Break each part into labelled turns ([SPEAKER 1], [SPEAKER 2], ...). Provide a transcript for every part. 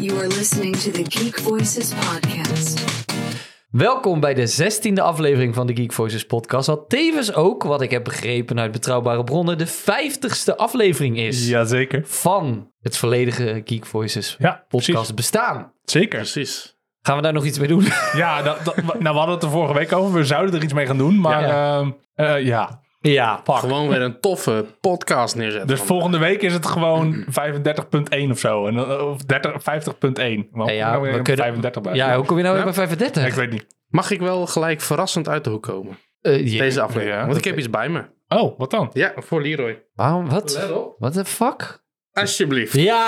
[SPEAKER 1] You are listening to the Geek Voices podcast.
[SPEAKER 2] Welkom bij de zestiende aflevering van de Geek Voices podcast. Wat tevens ook, wat ik heb begrepen uit betrouwbare bronnen, de vijftigste aflevering is
[SPEAKER 3] Jazeker.
[SPEAKER 2] van het volledige Geek Voices
[SPEAKER 3] Ja,
[SPEAKER 2] podcast
[SPEAKER 3] precies.
[SPEAKER 2] bestaan.
[SPEAKER 3] Zeker.
[SPEAKER 4] Precies.
[SPEAKER 2] Gaan we daar nog iets mee doen?
[SPEAKER 3] Ja, dat, dat- nou, we hadden het er vorige week over. We zouden er iets mee gaan doen, maar ehm, eh, ja.
[SPEAKER 2] ja, pak.
[SPEAKER 4] Gewoon weer een toffe podcast neerzetten.
[SPEAKER 3] Dus
[SPEAKER 4] vandaag.
[SPEAKER 3] volgende week is het gewoon 35.1 of zo. En, dan- of 30, 50.1. Want
[SPEAKER 2] Ja, ja,
[SPEAKER 3] nou,
[SPEAKER 2] we
[SPEAKER 3] we
[SPEAKER 2] kunnen-
[SPEAKER 3] 35 bij.
[SPEAKER 2] Ja, hoe kom je nou weer bij
[SPEAKER 3] Ja,
[SPEAKER 2] 35?
[SPEAKER 3] ik weet niet.
[SPEAKER 4] Mag ik wel gelijk verrassend uit de hoek komen?
[SPEAKER 2] Eh, jee.
[SPEAKER 4] Deze aflevering.
[SPEAKER 3] ja,
[SPEAKER 4] want ik
[SPEAKER 3] dat-
[SPEAKER 4] heb iets bij me.
[SPEAKER 3] Oh, wat dan?
[SPEAKER 4] Ja, voor Leroy.
[SPEAKER 2] Waarom? Wat?
[SPEAKER 4] op.
[SPEAKER 2] What the fuck?
[SPEAKER 4] Alsjeblieft.
[SPEAKER 2] Ja!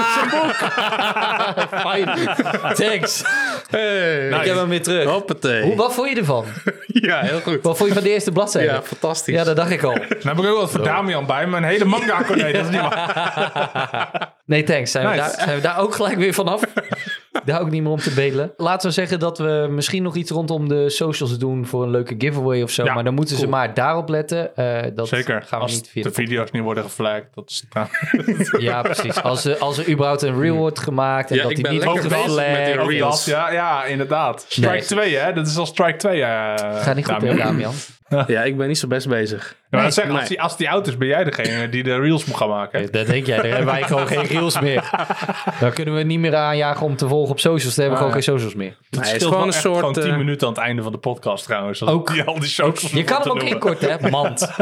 [SPEAKER 2] Fijn. Thanks.
[SPEAKER 4] Hey.
[SPEAKER 2] Nou, Ik heb hem weer terug.
[SPEAKER 4] Hoppatee.
[SPEAKER 2] Hoe, wat vond je ervan?
[SPEAKER 4] Ja, heel goed.
[SPEAKER 2] Wat vond je van de eerste bladzijde?
[SPEAKER 4] Ja, fantastisch.
[SPEAKER 2] ja, dat dacht ik al.
[SPEAKER 3] Dan heb ik ook wat voor Damian bij me. Een hele manga. Nee, dat is niet waar.
[SPEAKER 2] Nee, thanks. Zijn, we
[SPEAKER 3] Nice.
[SPEAKER 2] daar, zijn we daar ook gelijk weer vanaf? daar ook niet meer om te bedelen. Laten we zeggen dat we misschien nog iets rondom de socials doen voor een leuke giveaway of zo.
[SPEAKER 3] Ja,
[SPEAKER 2] maar dan moeten ze
[SPEAKER 3] cool.
[SPEAKER 2] maar daarop letten. Eh, dat
[SPEAKER 3] Zeker.
[SPEAKER 2] gaan we
[SPEAKER 3] Als
[SPEAKER 2] niet via
[SPEAKER 3] de
[SPEAKER 2] de-
[SPEAKER 3] video's niet worden gevlagd. Dat is
[SPEAKER 2] Ja, precies. Als er, als er überhaupt een reel wordt gemaakt en
[SPEAKER 4] Ja,
[SPEAKER 2] dat
[SPEAKER 4] ik
[SPEAKER 2] die
[SPEAKER 4] ben
[SPEAKER 2] niet wordt
[SPEAKER 4] lekker bezig met die
[SPEAKER 2] geflagged.
[SPEAKER 4] reel.
[SPEAKER 3] Ook dat,
[SPEAKER 4] Reels.
[SPEAKER 3] ja, ja, inderdaad. Strike
[SPEAKER 2] Nee.
[SPEAKER 3] 2, hè? Dat is al strike 2. eh
[SPEAKER 2] Ga niet goed, hè,
[SPEAKER 3] Damian.
[SPEAKER 2] Damian.
[SPEAKER 4] Ja, ik ben niet zo best bezig.
[SPEAKER 3] Ja, maar dat zeggen, als,
[SPEAKER 4] Nee.
[SPEAKER 3] die, als die oud is, ben jij degene die de reels moet gaan maken.
[SPEAKER 2] Eh, Dat denk jij. Dan hebben wij gewoon geen reels meer. Dan kunnen we niet meer aanjagen om te volgen op socials. Dan hebben we gewoon
[SPEAKER 3] Ah,
[SPEAKER 2] geen socials meer.
[SPEAKER 4] Nee,
[SPEAKER 3] Het
[SPEAKER 4] het is
[SPEAKER 3] scheelt
[SPEAKER 4] gewoon een
[SPEAKER 3] wel echt
[SPEAKER 4] soort...
[SPEAKER 3] Gewoon 10
[SPEAKER 4] eh,
[SPEAKER 3] minuten aan het einde van de podcast trouwens. Als
[SPEAKER 2] Ook.
[SPEAKER 3] Die, al die socials
[SPEAKER 2] Je kan hem ook inkorten, hè? Mand.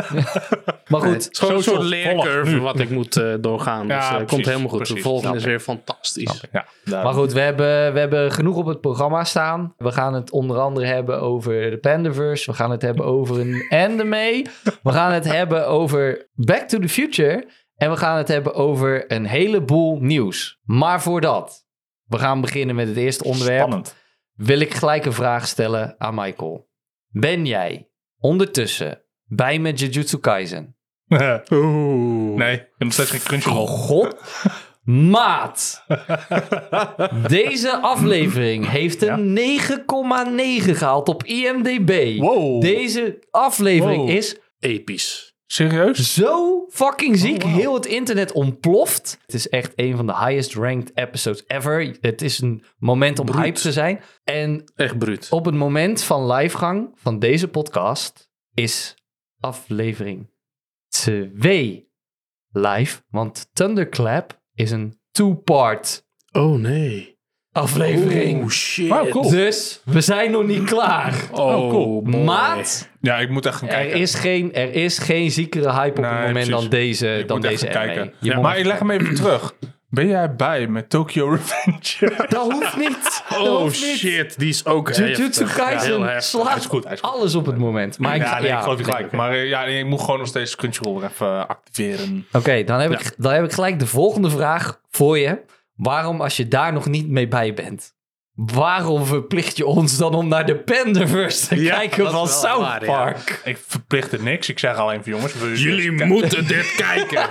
[SPEAKER 2] Maar goed,
[SPEAKER 4] het is gewoon een
[SPEAKER 3] Socials,
[SPEAKER 4] soort
[SPEAKER 3] volg
[SPEAKER 4] leercurve
[SPEAKER 3] nu.
[SPEAKER 4] wat ik moet eh, doorgaan.
[SPEAKER 3] Ja,
[SPEAKER 4] dus eh,
[SPEAKER 3] precies,
[SPEAKER 4] komt helemaal goed. De
[SPEAKER 3] precies.
[SPEAKER 4] volgende
[SPEAKER 3] Snap
[SPEAKER 4] is weer fantastisch.
[SPEAKER 3] Ja, daar-
[SPEAKER 2] Maar goed, we hebben, we hebben genoeg op het programma staan. We gaan het onder andere hebben over de Pandaverse. We gaan het hebben over een anime. We gaan het hebben over Back to the Future. En we gaan het hebben over een heleboel nieuws. Maar voordat we gaan beginnen met het eerste onderwerp...
[SPEAKER 3] Spannend.
[SPEAKER 2] wil ik gelijk een vraag stellen aan Michael. Ben jij ondertussen bij met Jujutsu Kaisen?
[SPEAKER 4] Oeh.
[SPEAKER 3] nee, ik heb nog steeds geen Crunchyroll.
[SPEAKER 2] Oh, God. Maat. Deze aflevering heeft een 9,9 gehaald op IMDb.
[SPEAKER 3] Wow.
[SPEAKER 2] Deze aflevering
[SPEAKER 3] Wow.
[SPEAKER 2] is
[SPEAKER 4] Episch.
[SPEAKER 3] Serieus?
[SPEAKER 2] zo fucking
[SPEAKER 3] Oh,
[SPEAKER 2] ziek. Heel het internet ontploft. Het is echt een van de highest ranked episodes ever. Het is een moment om
[SPEAKER 4] Bruut.
[SPEAKER 2] hype te zijn. En
[SPEAKER 4] Echt bruut.
[SPEAKER 2] op het moment van livegang van deze podcast is aflevering 2 live. Want Thunderclap is een two-part
[SPEAKER 4] Oh, nee.
[SPEAKER 2] aflevering.
[SPEAKER 4] Oh, shit.
[SPEAKER 3] Wow, cool.
[SPEAKER 2] Dus we zijn nog niet klaar.
[SPEAKER 4] Oh,
[SPEAKER 3] cool.
[SPEAKER 4] boy.
[SPEAKER 2] Maat,
[SPEAKER 3] Ja, ik moet echt gaan
[SPEAKER 2] er
[SPEAKER 3] kijken.
[SPEAKER 2] is, geen, er is geen ziekere hype op
[SPEAKER 3] eh. Nee,
[SPEAKER 2] het moment
[SPEAKER 3] precies.
[SPEAKER 2] dan deze,
[SPEAKER 3] ik
[SPEAKER 2] dan
[SPEAKER 3] moet echt
[SPEAKER 2] deze
[SPEAKER 3] gaan
[SPEAKER 2] anime.
[SPEAKER 3] kijken.
[SPEAKER 2] Je moet-
[SPEAKER 3] maar ik leg hem even terug. Ben jij bij met Tokyo Revenge?
[SPEAKER 2] dat hoeft niet. Dat
[SPEAKER 4] Oh
[SPEAKER 2] hoeft niet.
[SPEAKER 4] shit, die is ook
[SPEAKER 2] Jujutsu
[SPEAKER 4] heftig. Ja, heel
[SPEAKER 2] Kaisen
[SPEAKER 4] heftig.
[SPEAKER 2] slaat
[SPEAKER 3] is goed, hij is goed.
[SPEAKER 2] alles op het moment. Maar ik,
[SPEAKER 3] ja, nee,
[SPEAKER 2] ja,
[SPEAKER 3] ik geloof je
[SPEAKER 2] nee.
[SPEAKER 3] gelijk. Maar eh, ja, nee, ik moet gewoon nog steeds Crunchyroll weer even eh, activeren.
[SPEAKER 2] Oké, dan, heb ik dan heb ik gelijk de volgende vraag voor je. Waarom, als je daar nog niet mee bij bent, waarom verplicht je ons dan om naar de Pandaverse te
[SPEAKER 4] Ja,
[SPEAKER 2] kijken
[SPEAKER 4] dat is
[SPEAKER 2] van
[SPEAKER 4] wel
[SPEAKER 2] South
[SPEAKER 4] waar, ja.
[SPEAKER 2] Park?
[SPEAKER 3] Ik verplicht het niks. Ik zeg alleen van jongens. wil
[SPEAKER 4] Jullie moeten dit kijken.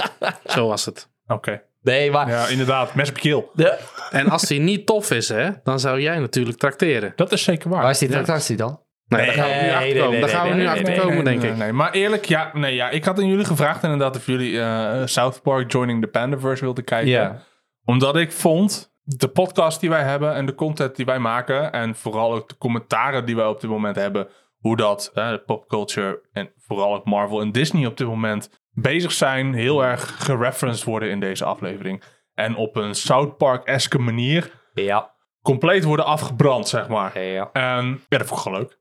[SPEAKER 4] Zo was het.
[SPEAKER 3] Oké.
[SPEAKER 2] Nee, maar
[SPEAKER 3] Ja, inderdaad. Mes op je keel.
[SPEAKER 2] de,
[SPEAKER 4] En als die niet tof is, hè, dan zou jij natuurlijk trakteren.
[SPEAKER 3] Dat is zeker waar.
[SPEAKER 2] waar is die tractatie dan?
[SPEAKER 4] Nee, daar gaan we
[SPEAKER 2] nee,
[SPEAKER 4] nu achter
[SPEAKER 2] nee,
[SPEAKER 4] komen. Daar
[SPEAKER 2] nee,
[SPEAKER 4] gaan we
[SPEAKER 2] nee,
[SPEAKER 4] nu
[SPEAKER 2] nee,
[SPEAKER 4] achter
[SPEAKER 2] nee,
[SPEAKER 4] komen,
[SPEAKER 3] nee,
[SPEAKER 4] denk
[SPEAKER 3] nee,
[SPEAKER 4] ik.
[SPEAKER 3] nee. Maar eerlijk, ja, nee, ja, ik had aan jullie gevraagd inderdaad of jullie eh, South Park Joining the Pandaverse wilden kijken.
[SPEAKER 2] Ja.
[SPEAKER 3] Omdat ik vond, de podcast die wij hebben en de content die wij maken... en vooral ook de commentaren die wij op dit moment hebben... hoe dat eh, de popculture en vooral ook Marvel en Disney op dit moment bezig zijn... heel erg gereferenced worden in deze aflevering. En op een South Park-eske manier
[SPEAKER 2] Ja.
[SPEAKER 3] compleet worden afgebrand, zeg maar.
[SPEAKER 2] ja.
[SPEAKER 3] En ja, dat vond ik gewoon leuk.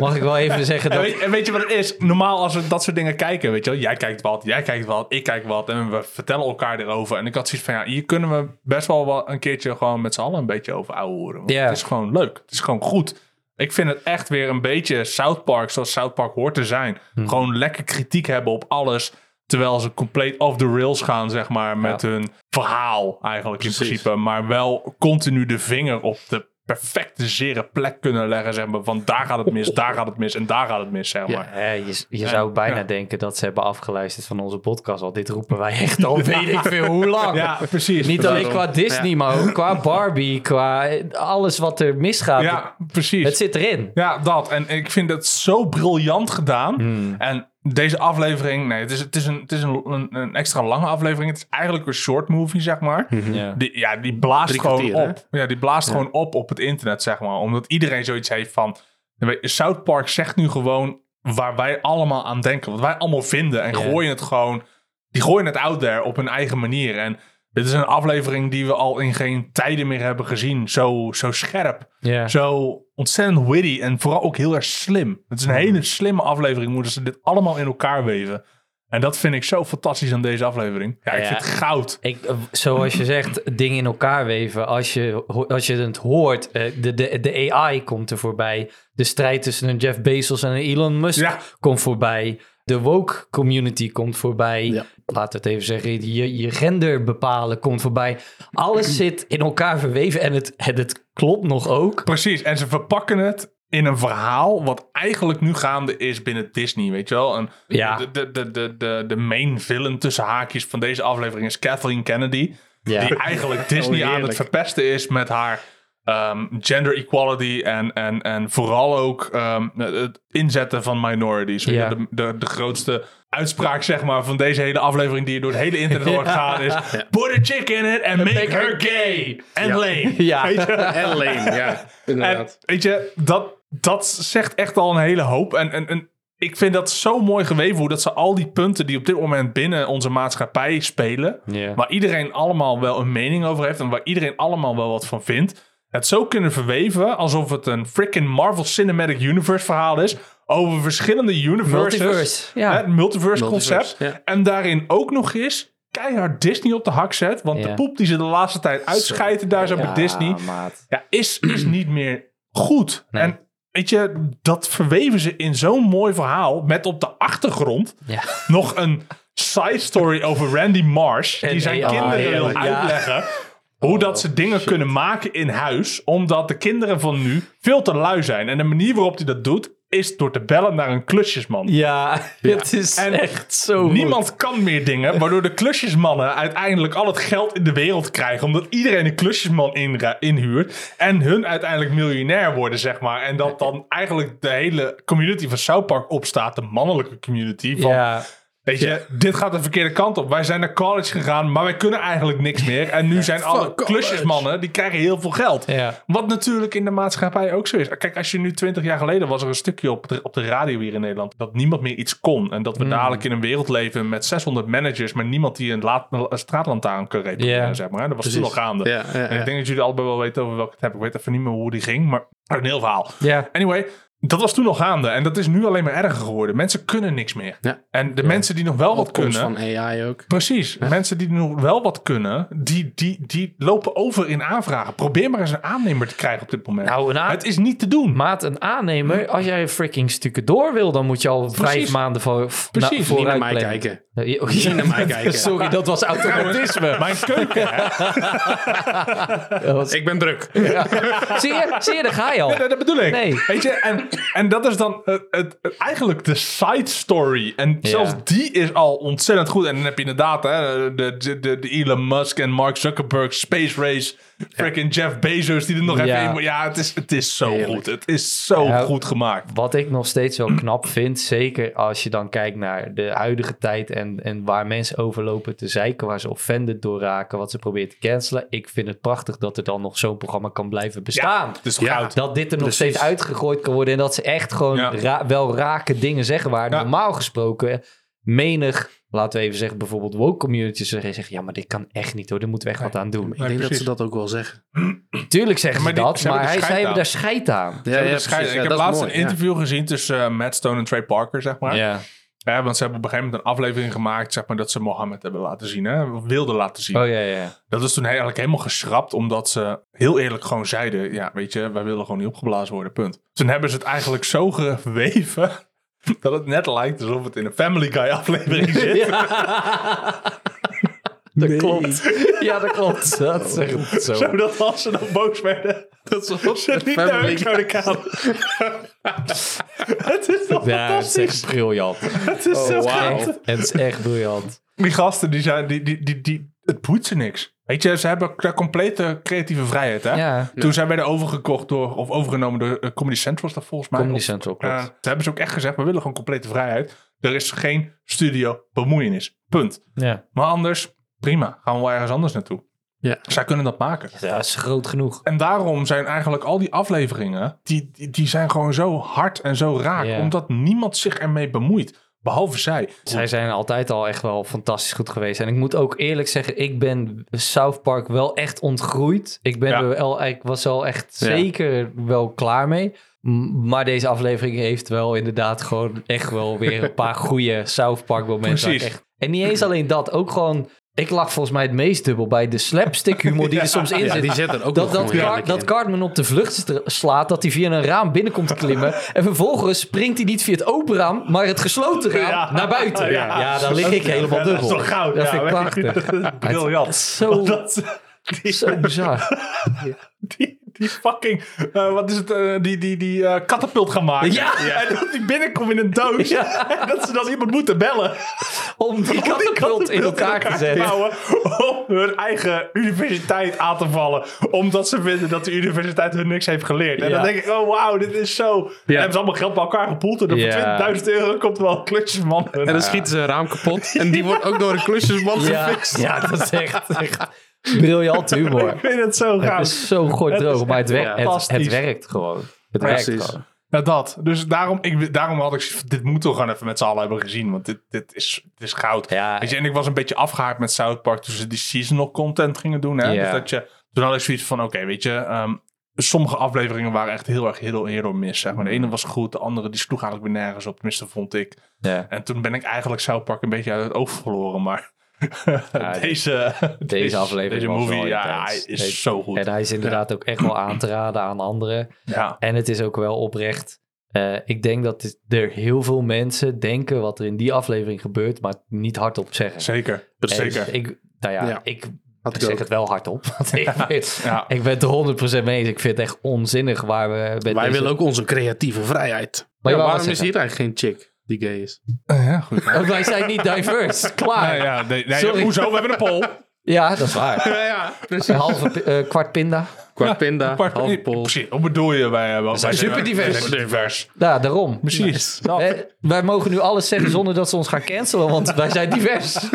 [SPEAKER 2] Mag ik wel even zeggen
[SPEAKER 3] En
[SPEAKER 2] dat...
[SPEAKER 3] weet, en weet je wat het is? Normaal als we dat soort dingen kijken, weet je wel. Jij kijkt wat, jij kijkt wat, ik kijk wat. En we vertellen elkaar erover. En ik had zoiets van, ja, hier kunnen we best wel wat een keertje gewoon met z'n allen een beetje over ouwehoeren. Want
[SPEAKER 2] Ja.
[SPEAKER 3] het is gewoon leuk. Het is gewoon goed. Ik vind het echt weer een beetje South Park zoals South Park hoort te zijn.
[SPEAKER 2] Hm.
[SPEAKER 3] Gewoon lekker kritiek hebben op alles. Terwijl ze compleet off the rails gaan, zeg maar, met hun verhaal eigenlijk in principe. Maar wel continu de vinger op de perfecte zere plek kunnen leggen, zeg maar. Van daar gaat het mis, daar gaat het mis en daar gaat het mis, zeg maar.
[SPEAKER 2] Ja, hè, je je zou bijna denken dat ze hebben afgeluisterd van onze podcast. Want dit roepen wij echt al weet ik veel hoe lang.
[SPEAKER 3] Ja, precies.
[SPEAKER 2] Niet alleen
[SPEAKER 4] Daarom.
[SPEAKER 2] qua Disney,
[SPEAKER 4] Ja.
[SPEAKER 2] maar ook qua Barbie, qua alles wat er misgaat.
[SPEAKER 3] Ja, precies.
[SPEAKER 2] Het zit erin. Hmm.
[SPEAKER 3] Ja, dat. En ik vind dat zo briljant gedaan. En Deze aflevering, nee, het is, het is, een, het is een, een, een extra lange aflevering. Het is eigenlijk een short movie, zeg maar.
[SPEAKER 2] Ja.
[SPEAKER 3] Die, ja, die blaast
[SPEAKER 4] Drie
[SPEAKER 3] gewoon
[SPEAKER 4] kwartier,
[SPEAKER 3] op. Ja, die blaast gewoon op op het internet, zeg maar. Omdat iedereen zoiets heeft van... weet je, South Park zegt nu gewoon waar wij allemaal aan denken. Wat wij allemaal vinden. En
[SPEAKER 2] Ja.
[SPEAKER 3] gooien het gewoon... Die gooien het out there op hun eigen manier. En dit is een aflevering die we al in geen tijden meer hebben gezien. Zo, zo scherp.
[SPEAKER 2] Ja.
[SPEAKER 3] Zo ontzettend witty. En vooral ook heel erg slim. Het is
[SPEAKER 2] Mhm.
[SPEAKER 3] een hele slimme aflevering. Moeten ze dit allemaal in elkaar weven. En dat vind ik zo fantastisch aan deze aflevering. Ja, ik
[SPEAKER 2] Ja.
[SPEAKER 3] vind het goud.
[SPEAKER 2] Ik, eh, zoals je zegt, dingen in elkaar weven. Als je, ho- als je het hoort, eh, de, de, de AI komt er voorbij. De strijd tussen een Jeff Bezos en een Elon Musk
[SPEAKER 3] Ja.
[SPEAKER 2] komt voorbij. De woke community komt voorbij.
[SPEAKER 4] Ja.
[SPEAKER 2] Laat het even zeggen, je, je gender bepalen komt voorbij. Alles zit in elkaar verweven en het, het, het klopt nog ook.
[SPEAKER 3] Precies, en ze verpakken het in een verhaal wat eigenlijk nu gaande is binnen Disney, weet je wel? En
[SPEAKER 2] Ja.
[SPEAKER 3] de, de, de, de, de, de main villain tussen haakjes van deze aflevering is Kathleen Kennedy.
[SPEAKER 2] Ja.
[SPEAKER 3] Die eigenlijk Disney aan het
[SPEAKER 4] heerlijk.
[SPEAKER 3] verpesten is met haar ehm, gender equality en, en, en vooral ook ehm, het inzetten van minorities. Weet je,
[SPEAKER 2] Ja.
[SPEAKER 3] De, de, de grootste uitspraak zeg maar, van deze hele aflevering die je door het hele internet hoort gaan is... Put a chick in it and make,
[SPEAKER 2] make
[SPEAKER 3] her
[SPEAKER 2] her
[SPEAKER 3] gay and lame.
[SPEAKER 2] Ja.
[SPEAKER 3] Weet je?
[SPEAKER 4] En lame, ja.
[SPEAKER 3] En,
[SPEAKER 4] Inderdaad.
[SPEAKER 3] weet je, dat, dat zegt echt al een hele hoop. En, en, en ik vind dat zo mooi geweven hoe dat ze al die punten die op dit moment binnen onze maatschappij spelen,
[SPEAKER 2] Ja.
[SPEAKER 3] waar iedereen allemaal wel een mening over heeft en waar iedereen allemaal wel wat van vindt, het zo kunnen verweven alsof het een freaking Marvel Cinematic Universe verhaal is over verschillende universes.
[SPEAKER 2] Multiverse, ja.
[SPEAKER 3] Hè, Het multiverse
[SPEAKER 4] Multiverse,
[SPEAKER 3] concept.
[SPEAKER 4] ja.
[SPEAKER 3] En daarin ook nog eens keihard Disney op de hak zet, want
[SPEAKER 2] Ja.
[SPEAKER 3] de poep die ze de laatste tijd uitscheiden daar zo bij Disney, ja, is, is niet meer goed.
[SPEAKER 2] Nee.
[SPEAKER 3] En weet je, dat verweven ze in zo'n mooi verhaal met op de achtergrond
[SPEAKER 2] Ja.
[SPEAKER 3] nog een side story over Randy Marsh. Die
[SPEAKER 2] En
[SPEAKER 3] zijn
[SPEAKER 2] AI,
[SPEAKER 3] kinderen wil
[SPEAKER 2] oh, heerlijk. Ja. Oh,
[SPEAKER 3] uitleggen hoe dat ze dingen kunnen maken in huis, omdat de kinderen van nu veel te lui zijn. En de manier waarop hij dat doet, is door te bellen naar een klusjesman.
[SPEAKER 2] Ja, het is
[SPEAKER 3] En
[SPEAKER 2] echt zo goed.
[SPEAKER 3] Niemand kan meer dingen, waardoor de klusjesmannen uiteindelijk al het geld in de wereld krijgen. Omdat iedereen een klusjesman inra- inhuurt. En hun uiteindelijk miljonair worden, zeg maar. En dat dan eigenlijk de hele community van South Park opstaat. De mannelijke community. Van,
[SPEAKER 2] Ja.
[SPEAKER 3] Weet je, dit gaat de verkeerde kant op. Wij zijn naar college gegaan, maar wij kunnen eigenlijk niks meer. En nu zijn alle
[SPEAKER 4] college.
[SPEAKER 3] klusjesmannen, die krijgen heel veel geld.
[SPEAKER 2] Ja.
[SPEAKER 3] Wat natuurlijk in de maatschappij ook zo is. Kijk, als je nu twintig jaar geleden was er een stukje op de, op de radio hier in Nederland... dat niemand meer iets kon. En dat
[SPEAKER 4] Mm.
[SPEAKER 3] we dadelijk in een wereld leven met 600 managers... maar niemand die een, laat, een straatlantaarn kan repareren,
[SPEAKER 2] Ja.
[SPEAKER 3] zeg maar. Dat was toen al gaande.
[SPEAKER 4] Ja, ja,
[SPEAKER 3] En
[SPEAKER 4] ja.
[SPEAKER 3] ik denk dat jullie allebei wel weten over welke het hebben. Ik weet even niet meer hoe die ging, maar een heel verhaal.
[SPEAKER 2] Ja.
[SPEAKER 3] Anyway, dat was toen al gaande. En dat is nu alleen maar erger geworden. Mensen kunnen niks meer.
[SPEAKER 4] Ja.
[SPEAKER 3] En de mensen die nog wel wat kunnen...
[SPEAKER 4] Opkomst van AI ook.
[SPEAKER 3] Precies. Mensen die nog wel wat kunnen, die, die, die lopen over in aanvragen. Probeer maar eens een aannemer te krijgen op dit moment.
[SPEAKER 2] Nou, een aan-
[SPEAKER 3] Het is niet te doen.
[SPEAKER 2] Maat, een
[SPEAKER 4] Hm.
[SPEAKER 2] aannemer, als jij een freaking stukje door wil, dan moet je al vijf maanden voor, f- na-
[SPEAKER 3] Precies,
[SPEAKER 2] vooruit
[SPEAKER 4] niet naar mij
[SPEAKER 2] plannen.
[SPEAKER 4] kijken.
[SPEAKER 2] Nee, oh, ja.
[SPEAKER 4] Niet naar mij kijken.
[SPEAKER 2] Sorry, dat was automatisme.
[SPEAKER 3] Mijn keuken. hè?
[SPEAKER 2] Dat was-
[SPEAKER 4] Ik ben druk.
[SPEAKER 2] zie, je, zie je, daar ga je al.
[SPEAKER 3] Nee, dat bedoel ik.
[SPEAKER 2] Nee.
[SPEAKER 3] Weet je, en, en dat is dan het, het, het- eigenlijk de side story. En
[SPEAKER 2] Ja.
[SPEAKER 3] zelfs die is al ontzettend goed. En dan heb je inderdaad hè, de, de, de, de Elon Musk en Mark Zuckerberg Space Race. Freaking Jeff Bezos die er nog
[SPEAKER 2] Ja.
[SPEAKER 3] even in moet- Ja, het is, het is zo
[SPEAKER 4] Heerlijk.
[SPEAKER 3] goed. Het is zo
[SPEAKER 2] Ja.
[SPEAKER 3] goed gemaakt.
[SPEAKER 2] Wat ik nog steeds wel knap vind, zeker als je dan kijkt naar de huidige tijd en, en waar mensen overlopen te zeiken, waar ze offended door raken, wat ze proberen te cancelen. Ik vind het prachtig dat er dan nog zo'n programma kan blijven bestaan.
[SPEAKER 3] Het is
[SPEAKER 4] Ja.
[SPEAKER 3] goud.
[SPEAKER 2] Dat dit er nog
[SPEAKER 4] Precies.
[SPEAKER 2] steeds uitgegooid kan worden. En dat ze echt gewoon
[SPEAKER 3] Ja.
[SPEAKER 2] ra- wel rake dingen zeggen. Waar
[SPEAKER 3] Ja.
[SPEAKER 2] normaal gesproken menig, laten we even zeggen, bijvoorbeeld woke communities zeggen. Ja, maar dit kan echt niet hoor. Daar moeten we echt wat aan doen.
[SPEAKER 4] Ik denk dat
[SPEAKER 3] precies.
[SPEAKER 4] ze dat ook wel zeggen.
[SPEAKER 2] Tuurlijk zeggen
[SPEAKER 3] Ja,
[SPEAKER 2] ze
[SPEAKER 3] maar die-
[SPEAKER 2] dat,
[SPEAKER 3] ze hebben
[SPEAKER 2] maar
[SPEAKER 3] er
[SPEAKER 2] hij,
[SPEAKER 3] scheid
[SPEAKER 2] zij hebben
[SPEAKER 3] aan.
[SPEAKER 2] daar scheid aan.
[SPEAKER 4] Ja,
[SPEAKER 3] Ze hebben
[SPEAKER 4] ja,
[SPEAKER 3] de scheiding.
[SPEAKER 4] precies. Ja,
[SPEAKER 3] ik
[SPEAKER 4] dat
[SPEAKER 3] heb
[SPEAKER 4] is
[SPEAKER 3] laatst
[SPEAKER 4] mooi,
[SPEAKER 3] een
[SPEAKER 4] ja.
[SPEAKER 3] interview gezien tussen eh, Matt Stone en Trey Parker, zeg maar.
[SPEAKER 2] Ja.
[SPEAKER 3] Hè, want ze hebben op een gegeven moment een aflevering gemaakt, zeg maar, dat ze Mohammed hebben laten zien, hè, of wilden laten zien.
[SPEAKER 2] Oh ja, ja.
[SPEAKER 3] Dat is toen eigenlijk helemaal geschrapt, omdat ze heel eerlijk gewoon zeiden, ja, weet je, wij willen gewoon niet opgeblazen worden, punt. Toen hebben ze het eigenlijk zo geweven, dat het net lijkt alsof het in een Family Guy aflevering zit.
[SPEAKER 2] Dat klopt. Ja, dat klopt. Dat zegt het zo.
[SPEAKER 3] Zodat als ze dan boos werden, dat ze niet naar
[SPEAKER 4] Family
[SPEAKER 3] hun zouden gaan. het is toch
[SPEAKER 2] Ja, oh, het is
[SPEAKER 3] fantastisch.
[SPEAKER 2] echt briljant.
[SPEAKER 3] Het is zo
[SPEAKER 4] wauw.
[SPEAKER 3] goud.
[SPEAKER 2] Het is echt briljant.
[SPEAKER 3] Die gasten, die zijn, die, die, die, die, het boeit ze niks. Weet je, ze hebben de complete creatieve vrijheid, hè?
[SPEAKER 2] Ja.
[SPEAKER 3] Toen zij werden overgekocht door, of overgenomen door eh, Comedy Central, was dat volgens mij.
[SPEAKER 2] Comedy
[SPEAKER 3] Of,
[SPEAKER 2] Central,
[SPEAKER 3] eh,
[SPEAKER 2] klopt.
[SPEAKER 3] toen hebben ze ook echt gezegd, we willen gewoon complete vrijheid. Er is geen studio bemoeienis. Punt.
[SPEAKER 2] Ja.
[SPEAKER 3] Maar anders, prima. Gaan we wel ergens anders naartoe.
[SPEAKER 2] Ja.
[SPEAKER 3] Zij kunnen dat maken.
[SPEAKER 2] dat is groot genoeg.
[SPEAKER 3] En daarom zijn eigenlijk al die afleveringen, die, die, die zijn gewoon zo hard en zo raak.
[SPEAKER 2] Ja.
[SPEAKER 3] Omdat niemand zich ermee bemoeit. Behalve zij.
[SPEAKER 2] Zij zijn altijd al echt wel fantastisch goed geweest. En ik moet ook eerlijk zeggen, ik ben South Park wel echt ontgroeid. Ik, ben
[SPEAKER 3] Ja.
[SPEAKER 2] er wel, ik was al echt
[SPEAKER 4] Ja.
[SPEAKER 2] zeker wel klaar mee. M- Maar deze aflevering heeft wel inderdaad gewoon echt wel weer een paar goede South Park momenten. waar ik
[SPEAKER 3] Precies.
[SPEAKER 2] echt- En niet eens alleen dat, ook gewoon... Ik lag volgens mij het meest dubbel bij de slapstick humor die er soms in
[SPEAKER 4] Ja,
[SPEAKER 2] zit.
[SPEAKER 4] die zit er
[SPEAKER 2] Dat,
[SPEAKER 4] ook nog
[SPEAKER 2] dat,
[SPEAKER 4] gewoon
[SPEAKER 2] Car-
[SPEAKER 4] heerlijk
[SPEAKER 2] dat
[SPEAKER 4] in.
[SPEAKER 2] Cartman op de vlucht st- slaat, dat hij via een raam binnenkomt te klimmen. en vervolgens springt hij niet via het open raam, maar het gesloten raam
[SPEAKER 3] Ja.
[SPEAKER 2] naar buiten. Ja,
[SPEAKER 3] Ja.
[SPEAKER 2] dan lig ik helemaal
[SPEAKER 3] Ja,
[SPEAKER 2] dubbel.
[SPEAKER 3] Dat is toch goud?
[SPEAKER 2] Dat
[SPEAKER 3] ja,
[SPEAKER 2] vind ik
[SPEAKER 3] weet je.
[SPEAKER 2] prachtig.
[SPEAKER 3] Dat is Briljant.
[SPEAKER 2] Het is zo,
[SPEAKER 3] Dat, die,
[SPEAKER 2] zo bizar.
[SPEAKER 3] die, die fucking, eh, wat is het, eh, die, die, die eh, katapult gaan maken.
[SPEAKER 2] Ja.
[SPEAKER 3] En dat die binnenkomt in een doos.
[SPEAKER 2] Ja.
[SPEAKER 3] En dat ze dan iemand moeten bellen.
[SPEAKER 2] Om die katapult in elkaar te zetten.
[SPEAKER 3] houden om hun eigen universiteit aan te vallen. Omdat ze vinden dat de universiteit hun niks heeft geleerd. En
[SPEAKER 2] Ja.
[SPEAKER 3] dan denk ik, oh wauw, dit is zo. En dan hebben ze allemaal geld bij elkaar gepoeld. En dan
[SPEAKER 2] Ja.
[SPEAKER 3] voor 20.000 euro komt er wel een klusjesman.
[SPEAKER 4] En dan schieten ze een raam kapot. En die wordt ook door een klusjesman
[SPEAKER 2] Ja,
[SPEAKER 4] gefixt.
[SPEAKER 2] ja, dat is echt, echt briljant humor.
[SPEAKER 3] Ik vind het zo gaaf.
[SPEAKER 2] Het is zo goed
[SPEAKER 3] Het is
[SPEAKER 2] droog, maar het,
[SPEAKER 3] echt
[SPEAKER 2] wer- het, het
[SPEAKER 3] fantastisch.
[SPEAKER 2] werkt gewoon. Het werkt
[SPEAKER 4] Precies.
[SPEAKER 2] gewoon.
[SPEAKER 3] Ja, dat. Dus daarom, ik, daarom had ik... zoiets van, Dit moeten we gewoon even met z'n allen hebben gezien. Want dit, dit, is, dit is goud.
[SPEAKER 2] Ja.
[SPEAKER 3] Weet je, en ik was een beetje afgehaakt met South Park... toen ze die seasonal content gingen doen. Hè?
[SPEAKER 2] Ja.
[SPEAKER 3] Dus dat je, toen had ik zoiets van... Oké, weet je... ehm, sommige afleveringen waren echt heel erg heel heel mis. Zeg maar. De ene was goed, de andere die sloeg eigenlijk weer nergens op. Tenminste, vond ik.
[SPEAKER 2] Ja.
[SPEAKER 3] En toen ben ik eigenlijk South Park een beetje uit het oog verloren. Maar deze,
[SPEAKER 2] Deze aflevering
[SPEAKER 3] Deze
[SPEAKER 2] was
[SPEAKER 3] movie,
[SPEAKER 2] wel
[SPEAKER 3] ja, hij
[SPEAKER 2] intens.
[SPEAKER 3] is
[SPEAKER 2] Hey,
[SPEAKER 3] zo goed.
[SPEAKER 2] En hij is inderdaad ook echt wel aan te raden aan anderen.
[SPEAKER 3] ja.
[SPEAKER 2] En het is ook wel oprecht. Eh, ik denk dat dit- er heel veel mensen denken wat er in die aflevering gebeurt, maar het niet hardop zeggen.
[SPEAKER 3] Zeker,
[SPEAKER 2] En
[SPEAKER 3] zeker.
[SPEAKER 2] Ik, nou ja,
[SPEAKER 4] Ja.
[SPEAKER 2] ik,
[SPEAKER 4] Had ik
[SPEAKER 2] zeg
[SPEAKER 4] ook.
[SPEAKER 2] het wel hardop. Want ik, ben,
[SPEAKER 3] Ja.
[SPEAKER 2] ik ben het er 100% mee eens. Ik vind het echt onzinnig waar we met
[SPEAKER 4] Wij
[SPEAKER 2] deze-
[SPEAKER 4] willen ook onze creatieve vrijheid.
[SPEAKER 2] Maar
[SPEAKER 4] Maar
[SPEAKER 2] je wou
[SPEAKER 4] waarom
[SPEAKER 2] wat
[SPEAKER 4] is hier eigenlijk geen chick die gay is?
[SPEAKER 3] Eh, ja, goed.
[SPEAKER 2] Oh, Wij zijn niet diverse. Klaar.
[SPEAKER 3] Nee,
[SPEAKER 2] ja.
[SPEAKER 3] ja, nee, nee,
[SPEAKER 2] Sorry.
[SPEAKER 3] Hoezo, we hebben een poll.
[SPEAKER 2] dat is waar.
[SPEAKER 4] Ja, ja,
[SPEAKER 2] Een
[SPEAKER 4] precies.
[SPEAKER 2] halve pi- eh, kwart pinda.
[SPEAKER 4] Kwart pinda,
[SPEAKER 3] Kwart-
[SPEAKER 4] half pol.
[SPEAKER 3] Precies, wat bedoel je? Wij, wij,
[SPEAKER 2] zijn
[SPEAKER 3] wij
[SPEAKER 2] super divers.
[SPEAKER 3] wij zijn divers.
[SPEAKER 2] Ja, daarom.
[SPEAKER 3] Precies.
[SPEAKER 2] Eh, wij mogen nu alles zeggen zonder dat ze ons gaan cancelen, want wij zijn divers.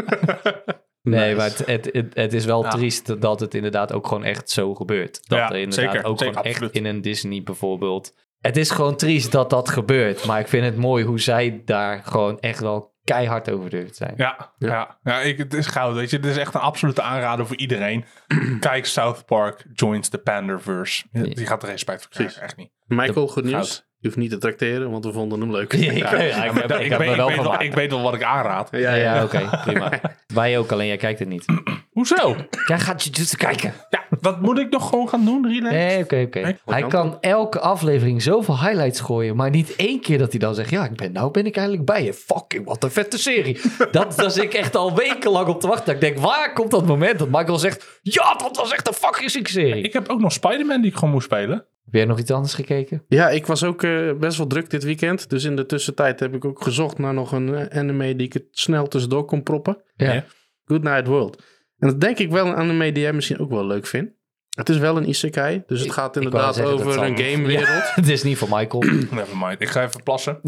[SPEAKER 2] Nee, maar het, het, het, het is wel triest dat het inderdaad ook gewoon echt zo gebeurt. Dat
[SPEAKER 3] Ja,
[SPEAKER 2] er inderdaad
[SPEAKER 3] zeker,
[SPEAKER 2] ook
[SPEAKER 3] zeker,
[SPEAKER 2] gewoon echt in
[SPEAKER 3] absoluut.
[SPEAKER 2] een Disney bijvoorbeeld. Het is gewoon triest dat dat gebeurt. Maar ik vind het mooi hoe zij daar gewoon echt wel keihard over durft te zijn.
[SPEAKER 3] Ja, ja. ja. ik, het is goud, weet je. Het is echt een absolute aanrader voor iedereen. Kijk, South Park joins the Pandaverse. Die gaat er respect voor krijgen, echt niet.
[SPEAKER 4] Michael, goed nieuws.
[SPEAKER 3] Goud.
[SPEAKER 4] Je hoeft niet te tracteren, want we vonden hem leuk.
[SPEAKER 2] Ja, ik, ik, heb- ik heb
[SPEAKER 3] weet-
[SPEAKER 2] me wel
[SPEAKER 3] weet wel,
[SPEAKER 2] gemaakt.
[SPEAKER 3] ik weet wel wat ik aanraad.
[SPEAKER 4] ja,
[SPEAKER 2] Ja,
[SPEAKER 4] ja.
[SPEAKER 2] oké, prima. Wij ook, alleen jij kijkt het niet.
[SPEAKER 3] Hoezo?
[SPEAKER 2] Jij gaat je dus kijken.
[SPEAKER 3] Ja, dat moet ik nog gewoon gaan doen, relax.
[SPEAKER 2] Nee, oké, oké.
[SPEAKER 3] Nee,
[SPEAKER 2] Hij kan elke aflevering zoveel highlights gooien, maar niet één keer dat hij dan zegt, ja, ik ben, nou ben ik eigenlijk bij je. Fucking, wat een vette serie. dat, daar zit ik echt al wekenlang op te wachten. Ik denk, waar komt dat moment dat Michael zegt, ja, dat was echt een fucking zieke serie.
[SPEAKER 3] Ik heb ook nog Spider-Man die ik gewoon moest spelen.
[SPEAKER 2] Heb jij nog iets anders gekeken?
[SPEAKER 4] Ja, ik was ook eh, best wel druk dit weekend. Dus in de tussentijd heb ik ook gezocht naar nog een eh, anime die ik het snel tussendoor kon proppen.
[SPEAKER 2] Ja.
[SPEAKER 3] Ja.
[SPEAKER 4] Good Night World. En dat denk ik wel een anime die jij misschien ook wel leuk vindt. Het is wel een isekai, dus het gaat
[SPEAKER 2] ik wou
[SPEAKER 4] inderdaad
[SPEAKER 2] zeggen, dat
[SPEAKER 4] over
[SPEAKER 2] zal-
[SPEAKER 4] een gamewereld.
[SPEAKER 2] Het is niet van Michael.
[SPEAKER 3] Nevermind, ik ga even plassen.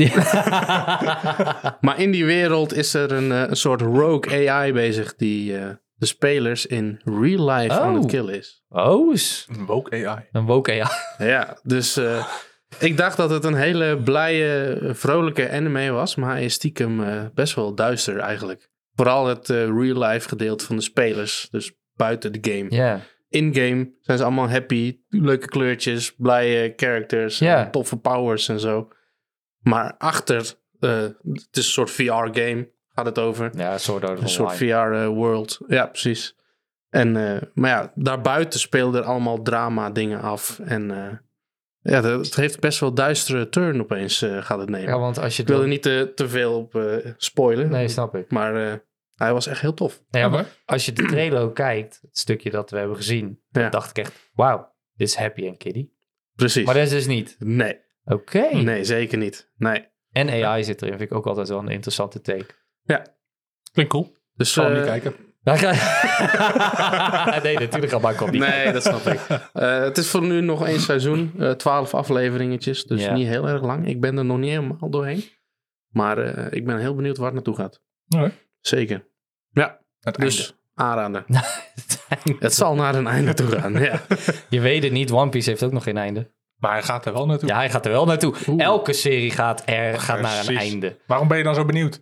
[SPEAKER 4] Maar in die wereld is er een, eh, een soort rogue AI bezig die eh, de spelers in real life aan het
[SPEAKER 2] Oh.
[SPEAKER 4] killen is.
[SPEAKER 2] oh, is
[SPEAKER 3] Woke AI.
[SPEAKER 2] een woke, ja.
[SPEAKER 4] Ja, dus eh, ik dacht dat het een hele blije, vrolijke anime was, maar hij is stiekem eh, best wel duister eigenlijk. Vooral het eh, real life gedeelte van de spelers, dus buiten de game.
[SPEAKER 2] Ja,
[SPEAKER 4] In-game zijn ze allemaal happy, leuke kleurtjes, blije characters,
[SPEAKER 2] Ja.
[SPEAKER 4] en toffe powers en zo. Maar achter, eh, het is een soort VR-game, gaat het over.
[SPEAKER 2] ja Sword Art
[SPEAKER 4] Een soort
[SPEAKER 2] Online.
[SPEAKER 4] VR-world. ja, precies. En, eh, maar ja, daarbuiten speelden er allemaal drama-dingen af. En eh, ja, dat- het heeft best wel duistere turn opeens eh, gaat het nemen.
[SPEAKER 2] Ja, want als je...
[SPEAKER 4] Ik wil er
[SPEAKER 2] het
[SPEAKER 4] niet te, te veel op eh, spoilen.
[SPEAKER 2] Nee, snap ik.
[SPEAKER 4] Maar eh, hij was echt heel tof.
[SPEAKER 2] Nee, ja, maar als je de trailer ook kijkt, het stukje dat we hebben gezien,
[SPEAKER 4] Ja.
[SPEAKER 2] dacht ik echt, wauw, dit is Happy en Kitty.
[SPEAKER 4] Precies.
[SPEAKER 2] Maar dat is dus niet.
[SPEAKER 4] Nee,
[SPEAKER 2] Oké.
[SPEAKER 4] nee, zeker niet. Nee.
[SPEAKER 2] En AI zit erin, vind ik ook altijd wel een interessante take.
[SPEAKER 3] Klinkt cool.
[SPEAKER 4] Dus,
[SPEAKER 3] Zal hem
[SPEAKER 4] eh,
[SPEAKER 3] niet kijken.
[SPEAKER 2] Daar ga- nee, natuurlijk gaat Michael niet.
[SPEAKER 4] Nee, dat snap ik. Eh, het is voor nu nog één seizoen, twaalf afleveringetjes, dus
[SPEAKER 2] Ja.
[SPEAKER 4] niet heel erg lang. Ik ben er nog niet helemaal doorheen. Maar eh, ik ben heel benieuwd waar het naartoe gaat.
[SPEAKER 3] Oké.
[SPEAKER 4] Zeker.
[SPEAKER 3] Het
[SPEAKER 4] Dus
[SPEAKER 3] einde.
[SPEAKER 4] aanraden. Het zal naar een einde toe gaan. Ja.
[SPEAKER 2] Je weet het niet, One Piece heeft ook nog geen einde.
[SPEAKER 3] Maar hij gaat er wel naartoe.
[SPEAKER 2] Ja, hij gaat er wel naartoe.
[SPEAKER 4] Oeh.
[SPEAKER 2] Elke serie gaat, er, gaat naar een
[SPEAKER 3] Precies.
[SPEAKER 2] einde.
[SPEAKER 3] Waarom ben je dan zo benieuwd?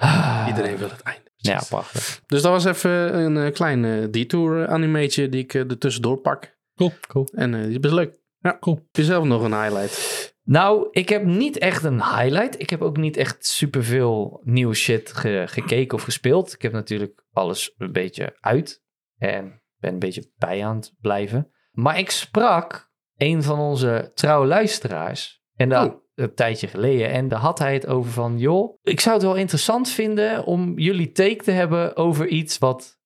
[SPEAKER 3] Ah.
[SPEAKER 4] Iedereen wil het einde.
[SPEAKER 2] Ja, prachtig.
[SPEAKER 4] Dus dat was even een eh, klein eh, detour animeetje die ik eh, er tussendoor pak.
[SPEAKER 3] Cool, cool.
[SPEAKER 4] En eh die is best leuk. Ja, cool. Heb je zelf nog een highlight?
[SPEAKER 2] Nou, ik heb niet echt een highlight. Ik heb ook niet echt superveel nieuwe shit ge- gekeken of gespeeld. Ik heb natuurlijk alles een beetje uit. En ben een beetje bij aan het blijven. Maar ik sprak een van onze trouwe luisteraars. En dat
[SPEAKER 4] Oh.
[SPEAKER 2] een tijdje geleden. En daar had hij het over van... joh, ik zou het wel interessant vinden om jullie take te hebben... over iets wat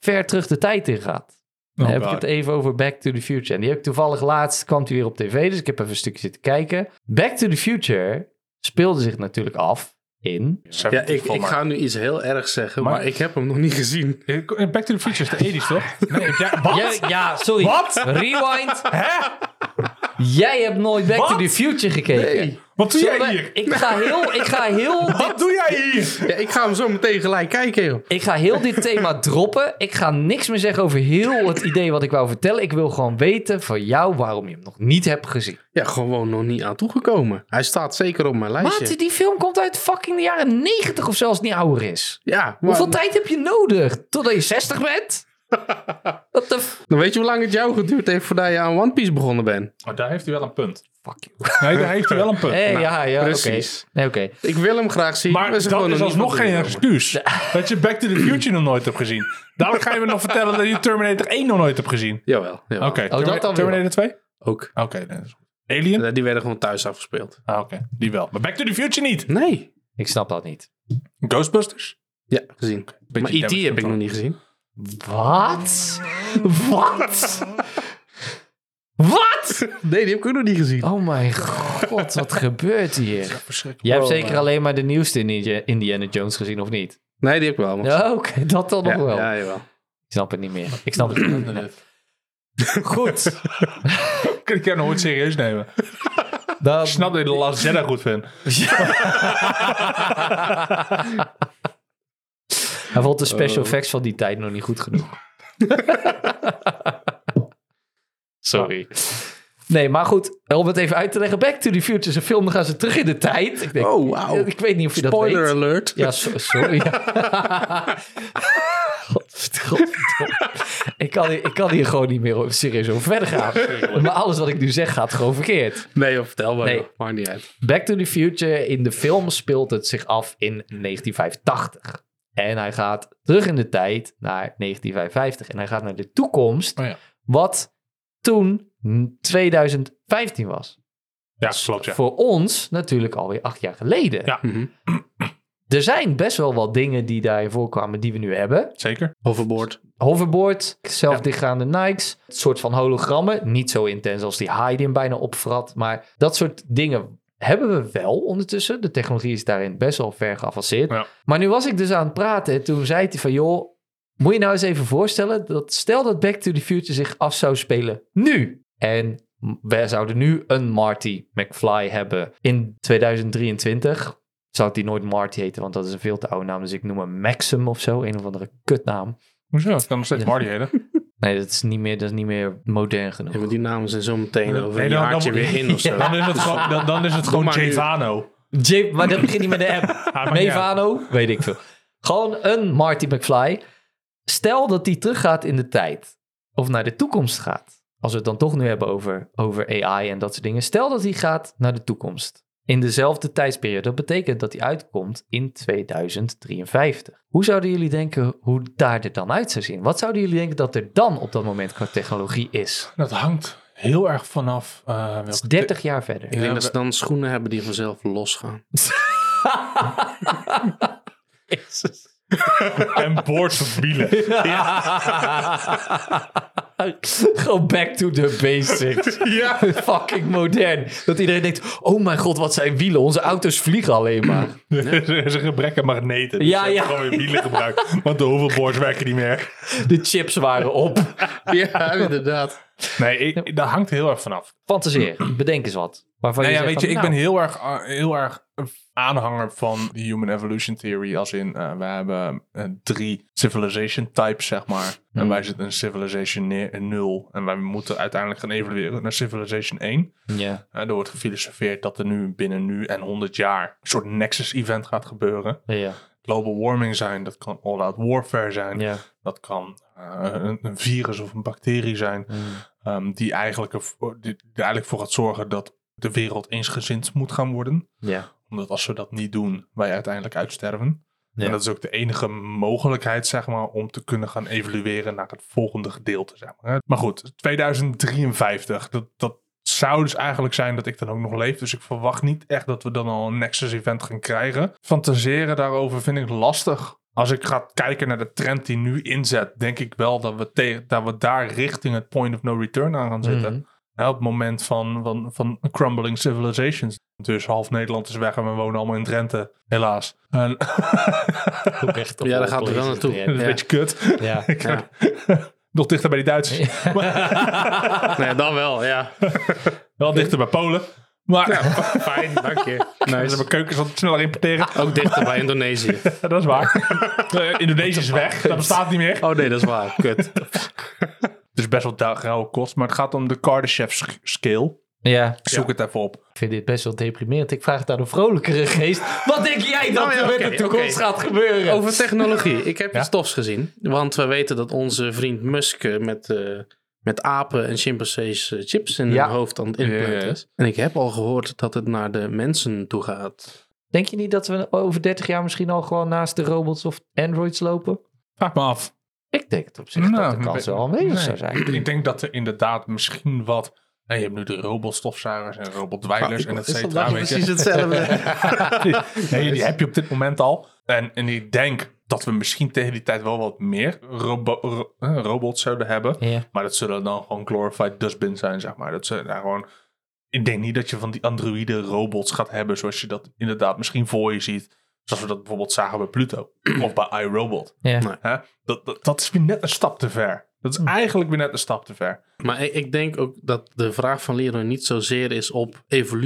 [SPEAKER 2] ver terug de tijd in gaat.
[SPEAKER 3] Oh
[SPEAKER 2] Dan heb ik het even over Back to the Future. En die heb ik toevallig laatst, kwam die weer op tv, dus ik heb even een stukje zitten kijken. Back to the Future speelde zich natuurlijk af in...
[SPEAKER 4] Ja, ik, ik ga nu iets heel ergs zeggen, maar,
[SPEAKER 3] Maar-
[SPEAKER 4] ik heb hem nog niet gezien.
[SPEAKER 3] Eh, Back to the Future is de 80s, toch? Nee, ja, wat?
[SPEAKER 2] Ja, ja, sorry.
[SPEAKER 3] Wat?
[SPEAKER 2] Rewind.
[SPEAKER 3] Hè?
[SPEAKER 2] Jij hebt nooit Back to
[SPEAKER 3] Wat?
[SPEAKER 2] the Future gekeken.
[SPEAKER 3] Wat doe
[SPEAKER 2] Zullen
[SPEAKER 3] jij
[SPEAKER 2] we-
[SPEAKER 3] hier?
[SPEAKER 2] Ik ga heel, ik ga heel,
[SPEAKER 3] Wat doe jij hier?
[SPEAKER 4] Ja, ik ga hem zo meteen gelijk kijken, joh.
[SPEAKER 2] ik ga heel dit thema droppen. Ik ga niks meer zeggen over heel het idee wat ik wou vertellen. Ik wil gewoon weten van jou waarom je hem nog niet hebt gezien.
[SPEAKER 4] Ja, gewoon nog niet aan toegekomen. Hij staat zeker op mijn lijstje.
[SPEAKER 2] Maat, die film komt uit fucking de jaren 90 of zelfs niet ouder is.
[SPEAKER 4] Ja, maar,
[SPEAKER 2] Hoeveel tijd heb je nodig? Totdat je 60 bent? What the f-
[SPEAKER 4] dan weet je hoe lang het jou geduurd heeft voordat je aan One Piece begonnen bent.
[SPEAKER 3] Maar Oh, daar heeft hij wel een punt.
[SPEAKER 2] fuck you.
[SPEAKER 3] Nee, daar heeft hij wel een punt. Nou,
[SPEAKER 2] Hey, ja, ja, oké.
[SPEAKER 4] Nou, precies.
[SPEAKER 2] Nee, oké.
[SPEAKER 4] Ik wil hem graag zien.
[SPEAKER 3] Maar
[SPEAKER 4] ze
[SPEAKER 3] dat
[SPEAKER 4] gewoon
[SPEAKER 3] is
[SPEAKER 4] nog niet
[SPEAKER 3] alsnog
[SPEAKER 4] van
[SPEAKER 3] geen
[SPEAKER 4] toegekomen.
[SPEAKER 3] excuus. Dat je Back to the Future nog nooit hebt gezien. Daarom ga je me nog vertellen dat je Terminator 1 nog nooit hebt gezien.
[SPEAKER 4] Jawel, jawel.
[SPEAKER 3] Oké, Termi-
[SPEAKER 2] Oh, dat dan weer
[SPEAKER 3] Terminator 2? Oké,
[SPEAKER 4] Ook.
[SPEAKER 3] nee, dat is goed. Alien?
[SPEAKER 4] Ja, Die werden gewoon thuis afgespeeld.
[SPEAKER 3] Ah, oké, die wel. Maar Back to the Future niet.
[SPEAKER 4] Nee.
[SPEAKER 2] Ik snap dat niet.
[SPEAKER 3] Ghostbusters?
[SPEAKER 4] Ja, gezien. maar E.T.
[SPEAKER 3] damage
[SPEAKER 4] heb ik
[SPEAKER 3] control.
[SPEAKER 4] nog niet gezien.
[SPEAKER 2] Wat? Wat? Wat?
[SPEAKER 4] Nee, die heb ik ook nog niet gezien.
[SPEAKER 2] Oh mijn god, wat gebeurt hier?
[SPEAKER 3] Verschrikkelijk.
[SPEAKER 2] Jij hebt zeker alleen maar de nieuwste Indi- Indiana Jones gezien, of niet?
[SPEAKER 4] Nee, die heb ik wel. maar-
[SPEAKER 2] Ja, oké, dat dan nog wel.
[SPEAKER 4] ja, jawel.
[SPEAKER 2] Ik snap het niet meer. Ik snap het niet meer. Goed.
[SPEAKER 3] Kun ik jou nog ooit serieus nemen?
[SPEAKER 2] Dan...
[SPEAKER 3] Ik snap dat je de Last Jedi goed vindt.
[SPEAKER 2] Hij vond de special
[SPEAKER 4] Oh.
[SPEAKER 2] effects van die tijd nog niet goed genoeg. Sorry. Nee, maar goed, om het even uit te leggen. Back to the Future is een film, dan gaan ze terug in de tijd. Ik denk,
[SPEAKER 4] Oh, wauw.
[SPEAKER 2] Ik weet niet of je dat weet.
[SPEAKER 4] Spoiler alert.
[SPEAKER 2] Ja, so- sorry. Godverdomme. ik, kan hier, ik kan hier gewoon niet meer serieus over verder gaan. Maar alles wat ik nu zeg gaat gewoon verkeerd.
[SPEAKER 4] Nee, joh, vertel maar.
[SPEAKER 2] Nee.
[SPEAKER 4] joh. Maakt niet uit.
[SPEAKER 2] Back to the Future, in de film speelt het zich af in 1985. En hij gaat terug in de tijd naar 1955. En hij gaat naar de toekomst,
[SPEAKER 3] Oh ja.
[SPEAKER 2] wat toen 2015 was.
[SPEAKER 3] Ja, klopt, ja.
[SPEAKER 2] Voor ons natuurlijk alweer acht jaar geleden.
[SPEAKER 3] Ja.
[SPEAKER 4] Mhm.
[SPEAKER 2] Er zijn best wel wat dingen die daarin voorkwamen die we nu hebben.
[SPEAKER 3] Zeker.
[SPEAKER 4] Overboord.
[SPEAKER 2] hoverboard, zelfdichtgaande Nikes, het soort van hologrammen. Niet zo intens als die Haydn bijna opvrat, maar dat soort dingen hebben we wel ondertussen. De technologie is daarin best wel ver geavanceerd.
[SPEAKER 3] Ja.
[SPEAKER 2] Maar nu was ik dus aan het praten en toen zei hij van joh, moet je nou eens even voorstellen dat stel dat Back to the Future zich af zou spelen nu. En wij zouden nu een Marty McFly hebben in 2023. Zou die nooit Marty heten, want dat is een veel te oude naam. Dus ik noem hem Maxim of zo, een of andere kutnaam.
[SPEAKER 3] Hoezo? Ik kan nog steeds
[SPEAKER 2] Ja.
[SPEAKER 3] Marty heten.
[SPEAKER 2] Nee, dat is niet meer, dat is niet meer modern genoeg.
[SPEAKER 4] Ja, maar die namen zijn zo meteen over
[SPEAKER 3] Nee,
[SPEAKER 4] een
[SPEAKER 3] dan-
[SPEAKER 4] jaartje
[SPEAKER 3] dan-
[SPEAKER 4] weer in of zo.
[SPEAKER 3] Dan is het gewoon, dan, dan is het gewoon
[SPEAKER 4] maar nu.
[SPEAKER 3] Jevano.
[SPEAKER 2] Jip, maar dat begint niet met de app.
[SPEAKER 3] Ah, maar ja.
[SPEAKER 2] Mevano, weet ik veel. Gewoon een Marty McFly. Stel dat die teruggaat in de tijd. Of naar de toekomst gaat. Als we het dan toch nu hebben over, over AI en dat soort dingen. Stel dat hij gaat naar de toekomst. In dezelfde tijdsperiode. Dat betekent dat hij uitkomt in 2053. Hoe zouden jullie denken hoe daar dit dan uit zou zien? Wat zouden jullie denken dat er dan op dat moment qua technologie is?
[SPEAKER 3] Dat hangt heel erg vanaf... eh, welke
[SPEAKER 2] Dat is 30 jaar verder.
[SPEAKER 4] Ik denk dat ze dan schoenen hebben die vanzelf losgaan.
[SPEAKER 3] En boord van bielen.
[SPEAKER 2] Gewoon back to the basics.
[SPEAKER 4] Ja.
[SPEAKER 2] Fucking modern. Dat iedereen denkt, oh mijn god, wat zijn wielen. Onze auto's vliegen alleen maar.
[SPEAKER 3] Er is een gebrek aan magneten. Dus
[SPEAKER 2] Ja,
[SPEAKER 3] ze hebben
[SPEAKER 2] ja.
[SPEAKER 3] gewoon weer bielen gebruikt. Want de hoverboards werken niet meer.
[SPEAKER 2] De chips waren op.
[SPEAKER 4] Ja, inderdaad.
[SPEAKER 3] Nee, ik, dat hangt heel erg vanaf.
[SPEAKER 2] Fantaseer, bedenk eens wat. Waarvan
[SPEAKER 3] Nou
[SPEAKER 2] je
[SPEAKER 3] ja, weet
[SPEAKER 2] zegt
[SPEAKER 3] je, ik
[SPEAKER 2] van,
[SPEAKER 3] ben
[SPEAKER 2] nou,
[SPEAKER 3] heel erg, a- heel erg aanhanger van de Human Evolution Theory. Als in, eh, we hebben eh, drie civilization types, zeg maar. En
[SPEAKER 2] Mm.
[SPEAKER 3] wij zitten in civilization ne- 0. En wij moeten uiteindelijk gaan evolueren naar civilization 1.
[SPEAKER 2] Ja,
[SPEAKER 3] Eh, er wordt gefilosofeerd dat er nu binnen nu en 100 jaar een soort nexus-event gaat gebeuren.
[SPEAKER 2] ja,
[SPEAKER 3] Global warming zijn, dat kan all-out warfare zijn.
[SPEAKER 2] ja.
[SPEAKER 3] Dat kan eh, een, een virus of een bacterie zijn.
[SPEAKER 2] Mm.
[SPEAKER 3] ehm, die, eigenlijk ervoor, die, die eigenlijk voor gaat zorgen dat de wereld eensgezind moet gaan worden.
[SPEAKER 2] Ja.
[SPEAKER 3] Omdat als we dat niet doen, wij uiteindelijk uitsterven.
[SPEAKER 2] Ja.
[SPEAKER 3] En dat is ook de enige mogelijkheid, zeg maar, om te kunnen gaan evolueren naar het volgende gedeelte, zeg maar. Maar goed, 2053, dat, dat zou dus eigenlijk zijn dat ik dan ook nog leef. Dus ik verwacht niet echt dat we dan al een Nexus-event gaan krijgen. Fantaseren daarover vind ik lastig. Als ik ga kijken naar de trend die nu inzet, denk ik wel dat we, tegen- dat we daar richting het point of no return aan gaan zitten.
[SPEAKER 2] Mhm.
[SPEAKER 3] Hè, op het moment van, van, van crumbling civilizations. Dus half Nederland is weg en we wonen allemaal in Drenthe, helaas. En,
[SPEAKER 2] Ook echt op
[SPEAKER 4] Ja, daar
[SPEAKER 2] alle
[SPEAKER 4] gaat het wel
[SPEAKER 2] places
[SPEAKER 4] naartoe.
[SPEAKER 3] dat
[SPEAKER 2] terecht.
[SPEAKER 3] is een
[SPEAKER 4] Ja.
[SPEAKER 3] beetje kut.
[SPEAKER 2] Ja.
[SPEAKER 3] Ik ga- Nog dichter bij die Duitsers.
[SPEAKER 4] Nee, dan wel, ja.
[SPEAKER 3] Wel dichter bij Polen. Maar
[SPEAKER 4] Fijn, dank je.
[SPEAKER 3] ze hebben keukens altijd sneller importeren.
[SPEAKER 4] Ook dichter bij Indonesië.
[SPEAKER 3] Ja, dat is waar. Eh, Indonesië is weg. Dat bestaat niet meer.
[SPEAKER 4] Oh nee, dat is waar. Kut.
[SPEAKER 3] Het is best wel da- rauwe kost. Maar het gaat om de Kardashev sch- scale.
[SPEAKER 2] Ja,
[SPEAKER 3] Zoek het even op.
[SPEAKER 2] ik vind dit best wel deprimerend. Ik vraag het aan een vrolijkere geest. Wat denk jij dat
[SPEAKER 4] Oh ja,
[SPEAKER 2] er met
[SPEAKER 4] oké,
[SPEAKER 2] de toekomst
[SPEAKER 4] oké.
[SPEAKER 2] gaat gebeuren?
[SPEAKER 4] Over technologie. Ik heb
[SPEAKER 3] Ja.
[SPEAKER 4] iets tofs gezien. Want we weten dat onze vriend Musk eh, met, eh, met apen en chimpansees eh, chips in
[SPEAKER 2] Ja.
[SPEAKER 4] hun hoofd aan het implanten
[SPEAKER 3] Ja, ja, ja.
[SPEAKER 4] is. En ik heb al gehoord dat het naar de mensen toe gaat.
[SPEAKER 2] Denk je niet dat we over 30 jaar misschien al gewoon naast de robots of androids lopen?
[SPEAKER 3] Vraag me af.
[SPEAKER 2] Ik denk het op zich
[SPEAKER 3] Nou,
[SPEAKER 2] dat de kans
[SPEAKER 3] ben-
[SPEAKER 2] wel aanwezig
[SPEAKER 3] nee.
[SPEAKER 2] zou zijn.
[SPEAKER 3] Ik denk dat er inderdaad misschien wat... Nou, je hebt nu de robotstofzuigers en
[SPEAKER 2] Ah,
[SPEAKER 3] robotdweilers en et cetera.
[SPEAKER 2] nou
[SPEAKER 3] weet je.
[SPEAKER 4] hetzelfde.
[SPEAKER 3] nee, die heb je op dit moment al. En, en ik denk dat we misschien tegen die tijd wel wat meer robo- ro- eh, robots zouden hebben.
[SPEAKER 2] Ja.
[SPEAKER 3] Maar dat zullen dan gewoon glorified dustbins zijn, zeg maar. Dat ze daar gewoon... Ik denk niet dat je van die androïde robots gaat hebben... zoals je dat inderdaad misschien voor je ziet. Zoals we dat bijvoorbeeld zagen bij Pluto. of bij iRobot.
[SPEAKER 2] Ja.
[SPEAKER 4] Nee.
[SPEAKER 3] Hè? Dat, Hm. dat, dat is weer net een stap te ver. Dat is eigenlijk weer net een stap te ver.
[SPEAKER 4] Maar ik, ik denk ook dat de vraag van Leroy niet zozeer is op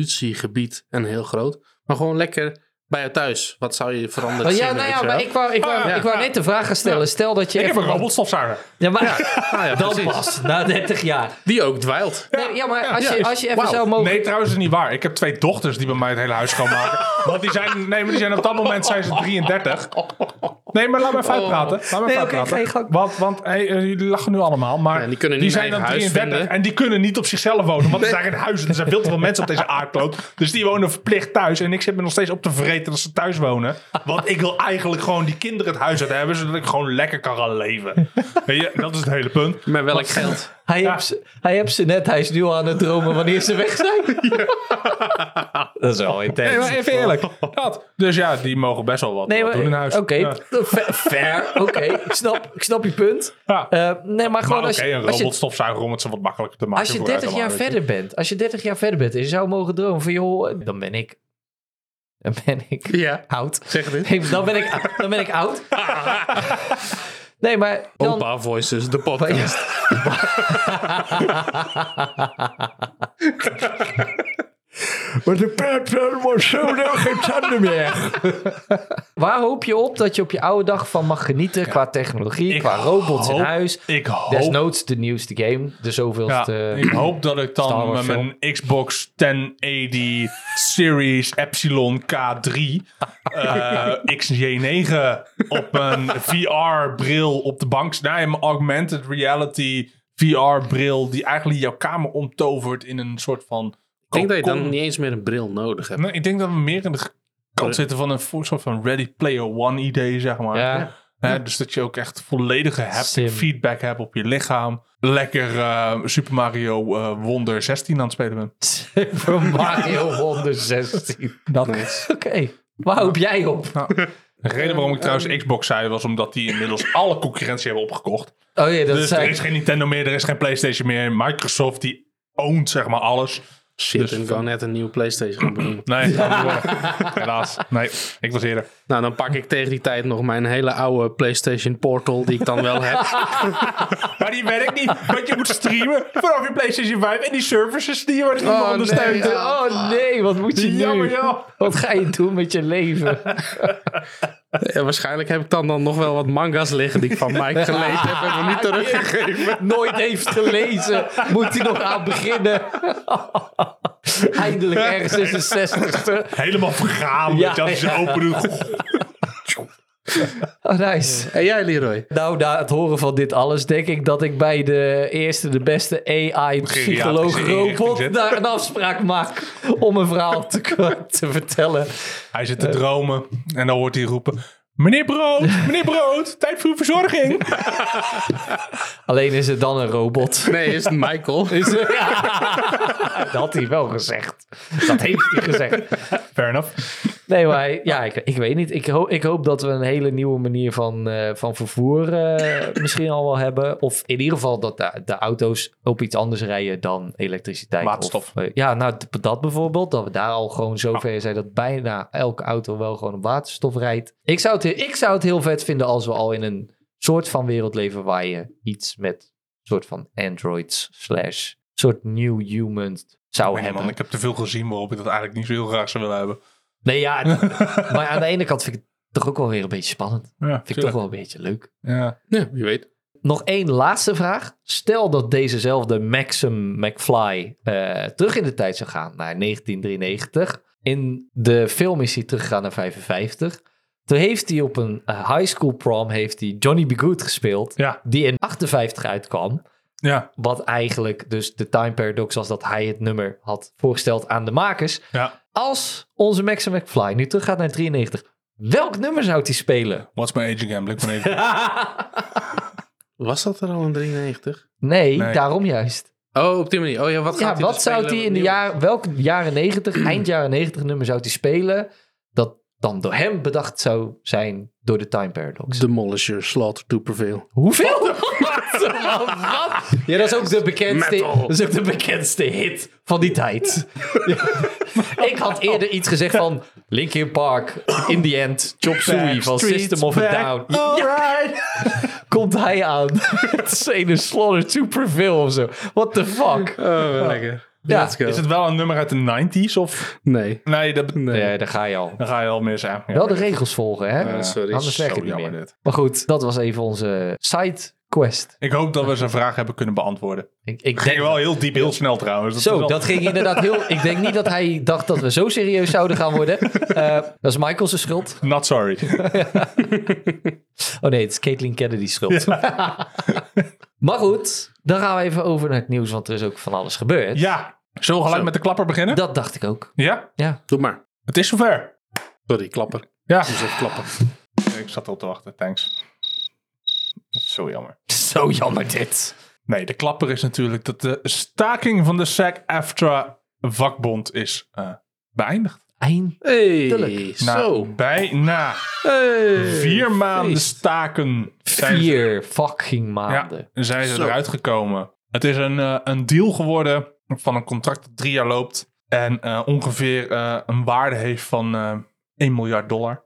[SPEAKER 4] evolutiegebied en heel groot. Maar gewoon lekker bij je thuis. Wat zou je veranderd
[SPEAKER 2] Oh,
[SPEAKER 4] zien?
[SPEAKER 2] ja, nou
[SPEAKER 4] weet
[SPEAKER 2] ja,
[SPEAKER 4] je
[SPEAKER 2] maar
[SPEAKER 4] wel?
[SPEAKER 2] ik wou, ik wou,
[SPEAKER 3] Ah,
[SPEAKER 2] ik wou net de vraag gaan stellen. Stel dat je
[SPEAKER 3] Ik heb
[SPEAKER 2] even-
[SPEAKER 3] een robotstofzuiger.
[SPEAKER 2] Ja, maar
[SPEAKER 4] Ah, ja,
[SPEAKER 2] dan
[SPEAKER 4] precies.
[SPEAKER 2] pas, na 30 jaar.
[SPEAKER 4] Die ook dwijlt.
[SPEAKER 2] Nee, ja, maar als
[SPEAKER 3] ja.
[SPEAKER 2] je, als je even
[SPEAKER 4] Wauw.
[SPEAKER 2] zou mogen...
[SPEAKER 3] Nee, trouwens, is niet waar. Ik heb twee dochters die bij mij het hele huis schoonmaken. Want die zijn, nee, maar die zijn op dat moment zijn ze 33. Nee, maar laat mij fijn praten. Laat mij
[SPEAKER 2] Oh. Nee,
[SPEAKER 3] fijn
[SPEAKER 2] oké,
[SPEAKER 3] praten.
[SPEAKER 2] ga je gang.
[SPEAKER 3] Want, want hey, eh, jullie lachen nu allemaal, maar
[SPEAKER 4] Ja, die kunnen niet
[SPEAKER 3] zijn
[SPEAKER 4] hun
[SPEAKER 3] dan
[SPEAKER 4] eigen huis
[SPEAKER 3] 33
[SPEAKER 4] vinden.
[SPEAKER 3] en die kunnen niet op zichzelf wonen. Want er zijn geen huizen, er zijn veel te veel mensen op deze aardkloot. Dus die wonen verplicht thuis en ik zit me nog steeds op te vreten dat ze thuis wonen. Want ik wil eigenlijk gewoon die kinderen het huis uit hebben, zodat ik gewoon lekker kan gaan leven. Weet je, dat is het hele punt.
[SPEAKER 4] Met welk geld?
[SPEAKER 2] Hij, heeft, ze- hij heeft ze net, hij is nu al aan het dromen wanneer ze weg zijn. Dat is wel intens. Oh.
[SPEAKER 3] Nee, maar even eerlijk. Dat. Dus ja, die mogen best wel wat,
[SPEAKER 2] Nee,
[SPEAKER 3] wat
[SPEAKER 2] maar,
[SPEAKER 3] doen in huis.
[SPEAKER 2] oké,
[SPEAKER 3] Ja.
[SPEAKER 2] fa- fair, oké, ik, snap, ik snap je punt.
[SPEAKER 3] Ja.
[SPEAKER 2] Eh, nee, maar
[SPEAKER 3] Maar
[SPEAKER 2] gewoon
[SPEAKER 3] oké,
[SPEAKER 2] als, je-
[SPEAKER 3] een
[SPEAKER 2] als je
[SPEAKER 3] robotstofzuiger om het ze wat makkelijker te maken.
[SPEAKER 2] Als je
[SPEAKER 3] voor
[SPEAKER 2] 30 jaar
[SPEAKER 3] uiteraard, weet
[SPEAKER 2] verder bent, als je 30 jaar verder bent en je zou mogen dromen van joh, dan ben ik, dan ben ik
[SPEAKER 4] Ja,
[SPEAKER 2] oud.
[SPEAKER 4] zeg dit.
[SPEAKER 2] Nee, Dan ben ik, dan ben ik oud. Nee, maar dan,
[SPEAKER 4] Opa Voices, de podcast.
[SPEAKER 2] Maar de paardrijden was zo nou geen tanden meer. Waar hoop je op dat je op je oude dag van mag genieten qua technologie,
[SPEAKER 3] Ik
[SPEAKER 2] qua robots in
[SPEAKER 3] hoop-
[SPEAKER 2] huis?
[SPEAKER 3] Ik hoop,
[SPEAKER 2] Desnoods de nieuwste game, de
[SPEAKER 3] ja,
[SPEAKER 2] zoveelste.
[SPEAKER 3] ik hoop dat ik
[SPEAKER 2] Star
[SPEAKER 3] dan
[SPEAKER 2] Wars
[SPEAKER 3] met mijn Xbox 1080 Series Epsilon K3 eh, XJ9 op een VR-bril op de bank. Nee, mijn augmented reality VR-bril die eigenlijk jouw kamer omtovert in een soort van...
[SPEAKER 4] Ik denk dat je dan niet eens meer een bril nodig
[SPEAKER 3] Nee,
[SPEAKER 4] hebt.
[SPEAKER 3] Nou, ik denk dat we meer in de kant zitten van een voor- soort van Ready Player One idee, zeg maar.
[SPEAKER 2] Ja.
[SPEAKER 3] Hè, dus dat je ook echt volledige haptic
[SPEAKER 2] Sim.
[SPEAKER 3] feedback hebt op je lichaam. Lekker eh, Super Mario eh, Wonder 16 aan het spelen bent.
[SPEAKER 2] Super Mario 116.
[SPEAKER 3] Dat
[SPEAKER 2] Oké, waar hoop jij op?
[SPEAKER 3] De reden waarom ik trouwens
[SPEAKER 2] Eh.
[SPEAKER 3] Xbox zei, was omdat die inmiddels alle concurrentie hebben opgekocht.
[SPEAKER 2] Oh ja, dat
[SPEAKER 3] dus
[SPEAKER 2] zei
[SPEAKER 3] er is geen Nintendo meer, er is geen PlayStation meer. Microsoft die owned zeg maar alles.
[SPEAKER 4] Shit,
[SPEAKER 3] Dus-
[SPEAKER 4] en ik wou net een nieuwe Playstation gaan benoemen.
[SPEAKER 3] Nee, helaas. Nee, ik was eerder.
[SPEAKER 4] Nou, dan pak ik tegen die tijd nog mijn hele oude PlayStation Portal, die ik dan wel heb.
[SPEAKER 3] Maar die werkt niet, want je moet streamen vanaf je PlayStation 5 en die services die je worden niet
[SPEAKER 2] Oh nee,
[SPEAKER 3] ondersteunt.
[SPEAKER 2] oh nee, wat moet je
[SPEAKER 3] Jammer
[SPEAKER 2] nu?
[SPEAKER 3] joh.
[SPEAKER 2] Wat ga je doen met je leven?
[SPEAKER 4] En waarschijnlijk heb ik dan, dan nog wel wat manga's liggen die ik van Mike gelezen heb en me niet teruggegeven.
[SPEAKER 2] Nooit heeft gelezen. Moet hij nog aan beginnen? Eindelijk ergens in de 60
[SPEAKER 3] Helemaal vergaan.
[SPEAKER 2] Ja,
[SPEAKER 3] Ja, dat is open doen.
[SPEAKER 2] Oh, nice.
[SPEAKER 4] En jij, Leroy?
[SPEAKER 2] Nou, na het horen van dit alles, denk ik dat ik bij de eerste, de beste AI-psycholoog-robot
[SPEAKER 3] inrichting zit.
[SPEAKER 2] daar een afspraak maak om een verhaal te, te vertellen.
[SPEAKER 3] Hij zit
[SPEAKER 2] Eh.
[SPEAKER 3] te dromen en dan hoort hij roepen. Meneer Brood, meneer Brood, tijd voor uw verzorging.
[SPEAKER 2] Alleen is het dan een robot.
[SPEAKER 4] Nee, is het Michael.
[SPEAKER 2] Dus, dat had hij wel gezegd. Dat heeft hij gezegd.
[SPEAKER 3] Fair enough.
[SPEAKER 2] Nee, maar hij- ja, ik, ik weet niet. Ik, hoop ik hoop dat we een hele nieuwe manier van, eh, van vervoer eh, misschien al wel hebben. Of in ieder geval dat de, de auto's op iets anders rijden dan elektriciteit.
[SPEAKER 3] Waterstof.
[SPEAKER 2] Of, eh, ja, nou d- dat bijvoorbeeld. Dat we daar al gewoon zover zijn dat bijna elke auto wel gewoon op waterstof rijdt. Ik zou, het, he- ik zou het heel vet vinden als we al in een soort van wereld leven waar je iets met soort van androids slash soort new humans zou
[SPEAKER 3] Nee,
[SPEAKER 2] hebben.
[SPEAKER 3] Oh, man, ik heb te veel gezien waarop ik dat eigenlijk niet zo heel graag zou willen hebben.
[SPEAKER 2] Nee, ja. d- maar aan de ene kant vind ik het toch ook wel weer een beetje spannend.
[SPEAKER 3] Ja,
[SPEAKER 2] Vind ik toch wel een beetje leuk.
[SPEAKER 3] Ja.
[SPEAKER 4] Ja, wie weet.
[SPEAKER 2] Nog één laatste vraag. Stel dat dezezelfde Maxim McFly eh, terug in de tijd zou gaan naar 1993. In de film is hij teruggegaan naar 55. Toen heeft hij op een eh, high school prom heeft hij Johnny B. Good gespeeld.
[SPEAKER 3] Ja.
[SPEAKER 2] Die in 58 uitkwam.
[SPEAKER 3] Ja.
[SPEAKER 2] Wat eigenlijk dus de time paradox was dat hij het nummer had voorgesteld aan de makers.
[SPEAKER 3] ja.
[SPEAKER 2] Als onze Maxim McFly nu teruggaat naar 93. Welk nummer zou hij spelen?
[SPEAKER 3] What's my age again? Blik van even.
[SPEAKER 4] Was dat er al in 93?
[SPEAKER 2] nee.
[SPEAKER 3] Nee.
[SPEAKER 2] daarom juist.
[SPEAKER 4] Oh, op die manier. Oh ja, wat gaat
[SPEAKER 2] Ja,
[SPEAKER 4] hij
[SPEAKER 2] wat
[SPEAKER 4] dus
[SPEAKER 2] zou
[SPEAKER 4] spelen
[SPEAKER 2] hij in de
[SPEAKER 4] opnieuw?
[SPEAKER 2] jaar, welk jaren 90, eind jaren 90 nummer zou hij spelen? Dat dan door hem bedacht zou zijn door de Time Paradox.
[SPEAKER 4] Demolisher, Slaughter to Prevail.
[SPEAKER 2] Hoeveel? Wat? Ja, dat is ook de bekendste,
[SPEAKER 4] Metal.
[SPEAKER 2] dat is ook de bekendste hit van die tijd. Ja. Ik had eerder iets gezegd van Linkin Park, In The End, Chop Suey van
[SPEAKER 3] Streets
[SPEAKER 2] System of a
[SPEAKER 3] back,
[SPEAKER 2] Down. Ja. Komt hij aan. Het is een Slaughter to Prevail of zo. What the fuck?
[SPEAKER 4] Oh, lekker.
[SPEAKER 2] Ja,
[SPEAKER 4] Let's go.
[SPEAKER 3] Is het wel een nummer uit de 90s? Of?
[SPEAKER 4] Nee.
[SPEAKER 3] Nee, dat,
[SPEAKER 2] Nee, daar ga je al.
[SPEAKER 3] dan ga je al mis aan. Ja.
[SPEAKER 2] Wel de regels volgen, hè?
[SPEAKER 4] Ja, Eh, sorry.
[SPEAKER 2] Anders
[SPEAKER 4] Zo
[SPEAKER 2] werkt het niet
[SPEAKER 3] jammer
[SPEAKER 2] meer.
[SPEAKER 3] dit.
[SPEAKER 2] Maar goed, dat was even onze side quest.
[SPEAKER 3] Ik hoop dat we zijn vraag hebben kunnen beantwoorden.
[SPEAKER 2] Ik, ik
[SPEAKER 3] Ging
[SPEAKER 2] denk
[SPEAKER 3] wel heel diep, heel snel trouwens. Dat is
[SPEAKER 2] Zo,
[SPEAKER 3] wel-
[SPEAKER 2] dat ging inderdaad heel... Ik denk niet dat hij dacht dat we zo serieus zouden gaan worden. Eh, dat is Michael's schuld.
[SPEAKER 3] Not sorry.
[SPEAKER 2] Oh nee, het is Caitlin Kennedy's schuld. maar goed, dan gaan we even over naar het nieuws, want er is ook van alles gebeurd.
[SPEAKER 3] Ja, zullen we gelijk
[SPEAKER 4] Zo.
[SPEAKER 3] met de klapper beginnen?
[SPEAKER 2] Dat dacht ik ook.
[SPEAKER 3] Ja,
[SPEAKER 2] Ja.
[SPEAKER 4] Doe maar.
[SPEAKER 3] het is zover.
[SPEAKER 4] Sorry, klapper.
[SPEAKER 3] Ja,
[SPEAKER 4] Ik zeg klapper.
[SPEAKER 3] ik zat erop te wachten, thanks. Dat is zo jammer.
[SPEAKER 2] Zo jammer dit.
[SPEAKER 3] Nee, de klapper is natuurlijk dat de staking van de SAG-AFTRA vakbond is eh, beëindigd.
[SPEAKER 2] Eind.
[SPEAKER 4] Hey,
[SPEAKER 2] Tuurlijk.
[SPEAKER 3] Na
[SPEAKER 4] zo.
[SPEAKER 3] bijna
[SPEAKER 4] Hey.
[SPEAKER 3] vier maanden staken zijn ze-
[SPEAKER 2] Vier fucking maanden.
[SPEAKER 3] Ja, zijn ze
[SPEAKER 4] Zo.
[SPEAKER 3] eruit gekomen. Het is een, eh, een deal geworden van een contract dat drie jaar loopt. En eh, ongeveer eh, een waarde heeft van eh 1 miljard dollar.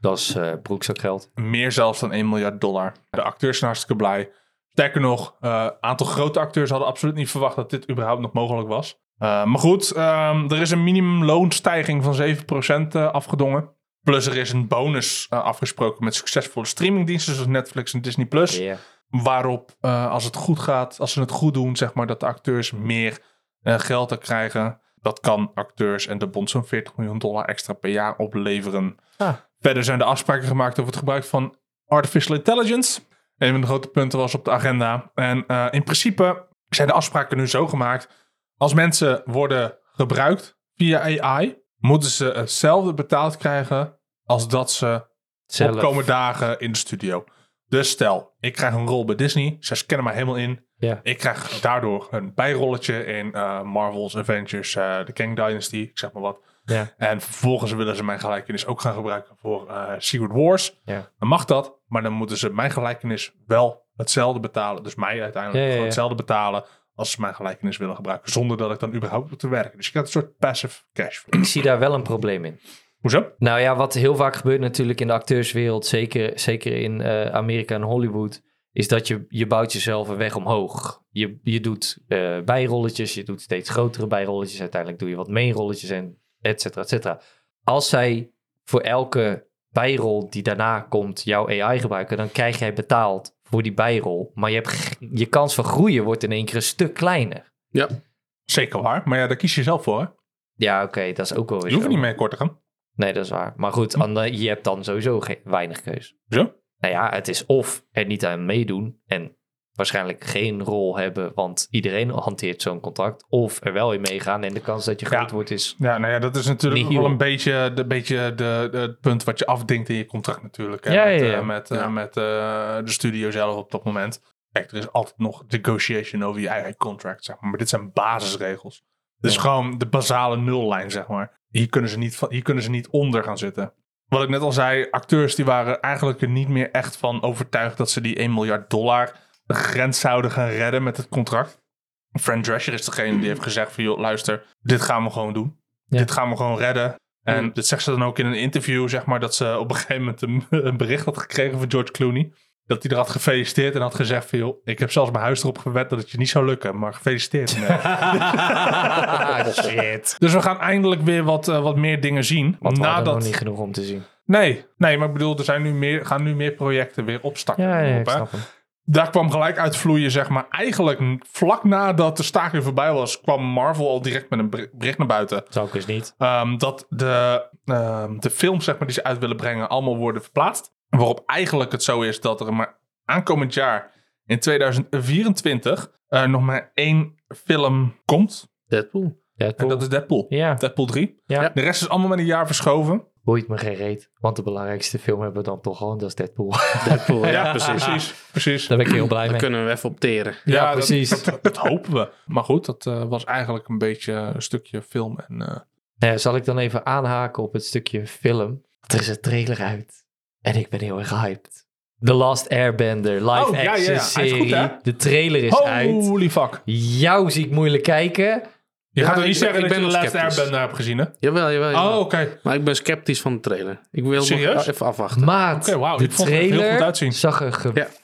[SPEAKER 2] Dat is eh broekzakgeld.
[SPEAKER 3] Meer zelfs dan 1 miljard dollar. De acteurs zijn hartstikke blij. Sterker nog, eh, een aantal grote acteurs hadden absoluut niet verwacht dat dit überhaupt nog mogelijk was. Eh, maar goed, ehm, er is een minimumloonstijging van 7% eh, afgedongen. Plus er is een bonus eh, afgesproken met succesvolle streamingdiensten zoals Netflix en Disney+. Plus.
[SPEAKER 2] Ja.
[SPEAKER 3] Waarop, eh, als het goed gaat, als ze het goed doen, zeg maar, dat de acteurs meer eh, geld te krijgen. Dat kan acteurs en de bond zo'n 40 miljoen dollar extra per jaar opleveren.
[SPEAKER 2] Ah.
[SPEAKER 3] Verder zijn er afspraken gemaakt over het gebruik van artificial intelligence. Een van de grote punten was op de agenda. En eh, in principe zijn de afspraken nu zo gemaakt. Als mensen worden gebruikt via AI, moeten ze hetzelfde betaald krijgen als dat ze
[SPEAKER 2] Zelf.
[SPEAKER 3] opkomende dagen in de studio. Dus stel, ik krijg een rol bij Disney. Ze scannen mij helemaal in.
[SPEAKER 2] Ja.
[SPEAKER 3] Ik krijg daardoor een bijrolletje in eh, Marvel's Avengers, eh The Kang Dynasty, ik zeg maar wat.
[SPEAKER 2] Ja.
[SPEAKER 3] En vervolgens willen ze mijn gelijkenis ook gaan gebruiken voor eh, Secret Wars.
[SPEAKER 2] Ja.
[SPEAKER 3] Dan mag dat, maar dan moeten ze mijn gelijkenis wel hetzelfde betalen. Dus mij uiteindelijk
[SPEAKER 2] Ja, ja,
[SPEAKER 3] gewoon
[SPEAKER 2] ja.
[SPEAKER 3] hetzelfde betalen Als ze mijn gelijkenis willen gebruiken. Zonder dat ik dan überhaupt moet te werken. Dus je krijgt een soort passive cash flow.
[SPEAKER 2] Ik zie daar wel een probleem in.
[SPEAKER 3] Hoezo?
[SPEAKER 2] Nou ja, wat heel vaak gebeurt natuurlijk in de acteurswereld, zeker, zeker in eh, Amerika en Hollywood, is dat je, je bouwt jezelf een weg omhoog. Je, je doet eh, bijrolletjes, je doet steeds grotere bijrolletjes, uiteindelijk doe je wat mainrolletjes en et cetera, et cetera. Als zij voor elke bijrol die daarna komt jouw AI gebruiken, dan krijg jij betaald voor die bijrol. Maar je, hebt, g- je kans van groeien wordt in één keer een stuk kleiner.
[SPEAKER 4] Ja.
[SPEAKER 3] Zeker waar. Maar ja, daar kies je zelf voor. Hè?
[SPEAKER 2] Ja, oké, dat is ook wel weer
[SPEAKER 3] Je hoeft er
[SPEAKER 2] zo.
[SPEAKER 3] niet mee kort te gaan.
[SPEAKER 2] Nee, dat is waar. Maar goed, ander- je hebt dan sowieso geen, weinig keus.
[SPEAKER 3] Zo?
[SPEAKER 2] Nou ja, het is of er niet aan meedoen en waarschijnlijk geen rol hebben, want iedereen hanteert zo'n contract. Of er wel in meegaan en de kans dat je groot
[SPEAKER 3] Ja.
[SPEAKER 2] wordt is...
[SPEAKER 3] Ja, nou ja, dat is natuurlijk
[SPEAKER 2] Nihil.
[SPEAKER 3] wel een beetje, de, beetje de, de- het punt wat je afdingt in je contract natuurlijk. Hè,
[SPEAKER 2] Ja,
[SPEAKER 3] met
[SPEAKER 2] ja,
[SPEAKER 3] eh,
[SPEAKER 2] ja.
[SPEAKER 3] met, eh, met
[SPEAKER 4] Ja.
[SPEAKER 3] eh, de studio zelf op dat moment. Kijk, er is altijd nog negotiation over je eigen contract, zeg maar. Maar dit zijn basisregels. Dit is
[SPEAKER 2] Ja.
[SPEAKER 3] gewoon de basale nullijn, zeg maar. Hier kunnen, ze niet van, hier kunnen ze niet onder gaan zitten. Wat ik net al zei, acteurs die waren eigenlijk er niet meer echt van overtuigd dat ze die 1 miljard dollar de grens zouden gaan redden met het contract. Fran Drescher is degene die heeft gezegd van, joh, luister, dit gaan we gewoon doen.
[SPEAKER 2] Ja.
[SPEAKER 3] Dit gaan we gewoon redden. En
[SPEAKER 4] Mm.
[SPEAKER 3] dat zegt ze dan ook in een interview, zeg maar, dat ze op een gegeven moment een, een bericht had gekregen van George Clooney. Dat hij er had gefeliciteerd en had gezegd van, joh, ik heb zelfs mijn huis erop gewet dat het je niet zou lukken, maar gefeliciteerd. Nee.
[SPEAKER 2] shit.
[SPEAKER 3] dus we gaan eindelijk weer wat, eh, wat meer dingen zien.
[SPEAKER 2] Want we hadden
[SPEAKER 3] nadat...
[SPEAKER 2] nog niet genoeg om te zien.
[SPEAKER 3] Nee, nee, maar ik bedoel, er zijn nu meer, gaan nu meer projecten weer opstarten.
[SPEAKER 2] Ja, ja, ik
[SPEAKER 3] Op, hè?
[SPEAKER 2] snap hem.
[SPEAKER 3] Daar kwam gelijk uit vloeien, zeg maar. Eigenlijk n- vlak nadat de staking voorbij was, kwam Marvel al direct met een ber- bericht naar buiten.
[SPEAKER 2] Zou ik dus niet.
[SPEAKER 3] ehm, dat de, ehm, de films, zeg maar, die ze uit willen brengen, allemaal worden verplaatst. Waarop eigenlijk het zo is dat er maar aankomend jaar, in 2024, eh, nog maar één film komt.
[SPEAKER 4] Deadpool.
[SPEAKER 3] En
[SPEAKER 2] Deadpool.
[SPEAKER 3] dat is Deadpool.
[SPEAKER 2] Ja,
[SPEAKER 3] Deadpool 3.
[SPEAKER 2] Ja.
[SPEAKER 3] De rest is allemaal met een jaar verschoven.
[SPEAKER 2] boeit me geen reet. Want de belangrijkste film hebben we dan toch al, en dat is Deadpool.
[SPEAKER 4] Deadpool, ja, precies.
[SPEAKER 3] precies. precies.
[SPEAKER 2] Daar ben ik heel blij
[SPEAKER 4] Daar
[SPEAKER 2] mee.
[SPEAKER 4] kunnen we even op teren.
[SPEAKER 2] Ja,
[SPEAKER 3] Ja, dat-
[SPEAKER 2] precies.
[SPEAKER 3] Dat hopen we. Maar goed, dat eh, was eigenlijk een beetje een stukje film. En, eh,
[SPEAKER 2] Nou ja, zal ik dan even aanhaken op het stukje film? Want Er is een trailer uit. En ik ben heel erg hyped. The Last Airbender, live
[SPEAKER 3] Oh, ja,
[SPEAKER 2] action
[SPEAKER 3] ja, ja. Hij is goed,
[SPEAKER 2] serie.
[SPEAKER 3] hè?
[SPEAKER 2] de trailer is uit.
[SPEAKER 3] holy fuck.
[SPEAKER 2] Jou zie ik moeilijk kijken.
[SPEAKER 3] Je
[SPEAKER 4] Ja,
[SPEAKER 3] gaat er
[SPEAKER 4] ik-
[SPEAKER 3] niet zeggen
[SPEAKER 4] ik
[SPEAKER 3] dat
[SPEAKER 4] ben
[SPEAKER 3] je de
[SPEAKER 4] nog
[SPEAKER 3] laatste
[SPEAKER 4] sceptisch.
[SPEAKER 3] Airbender hebt gezien, hè?
[SPEAKER 4] Jawel, jawel. jawel.
[SPEAKER 3] Oh, oké.
[SPEAKER 4] Maar ik ben sceptisch van de trailer. Ik wil
[SPEAKER 3] Serieus?
[SPEAKER 4] nog even afwachten.
[SPEAKER 2] Maat,
[SPEAKER 3] Oké, wauw,
[SPEAKER 2] de
[SPEAKER 3] ik vond het echt heel
[SPEAKER 2] trailer
[SPEAKER 3] goed uitzien.
[SPEAKER 2] zag er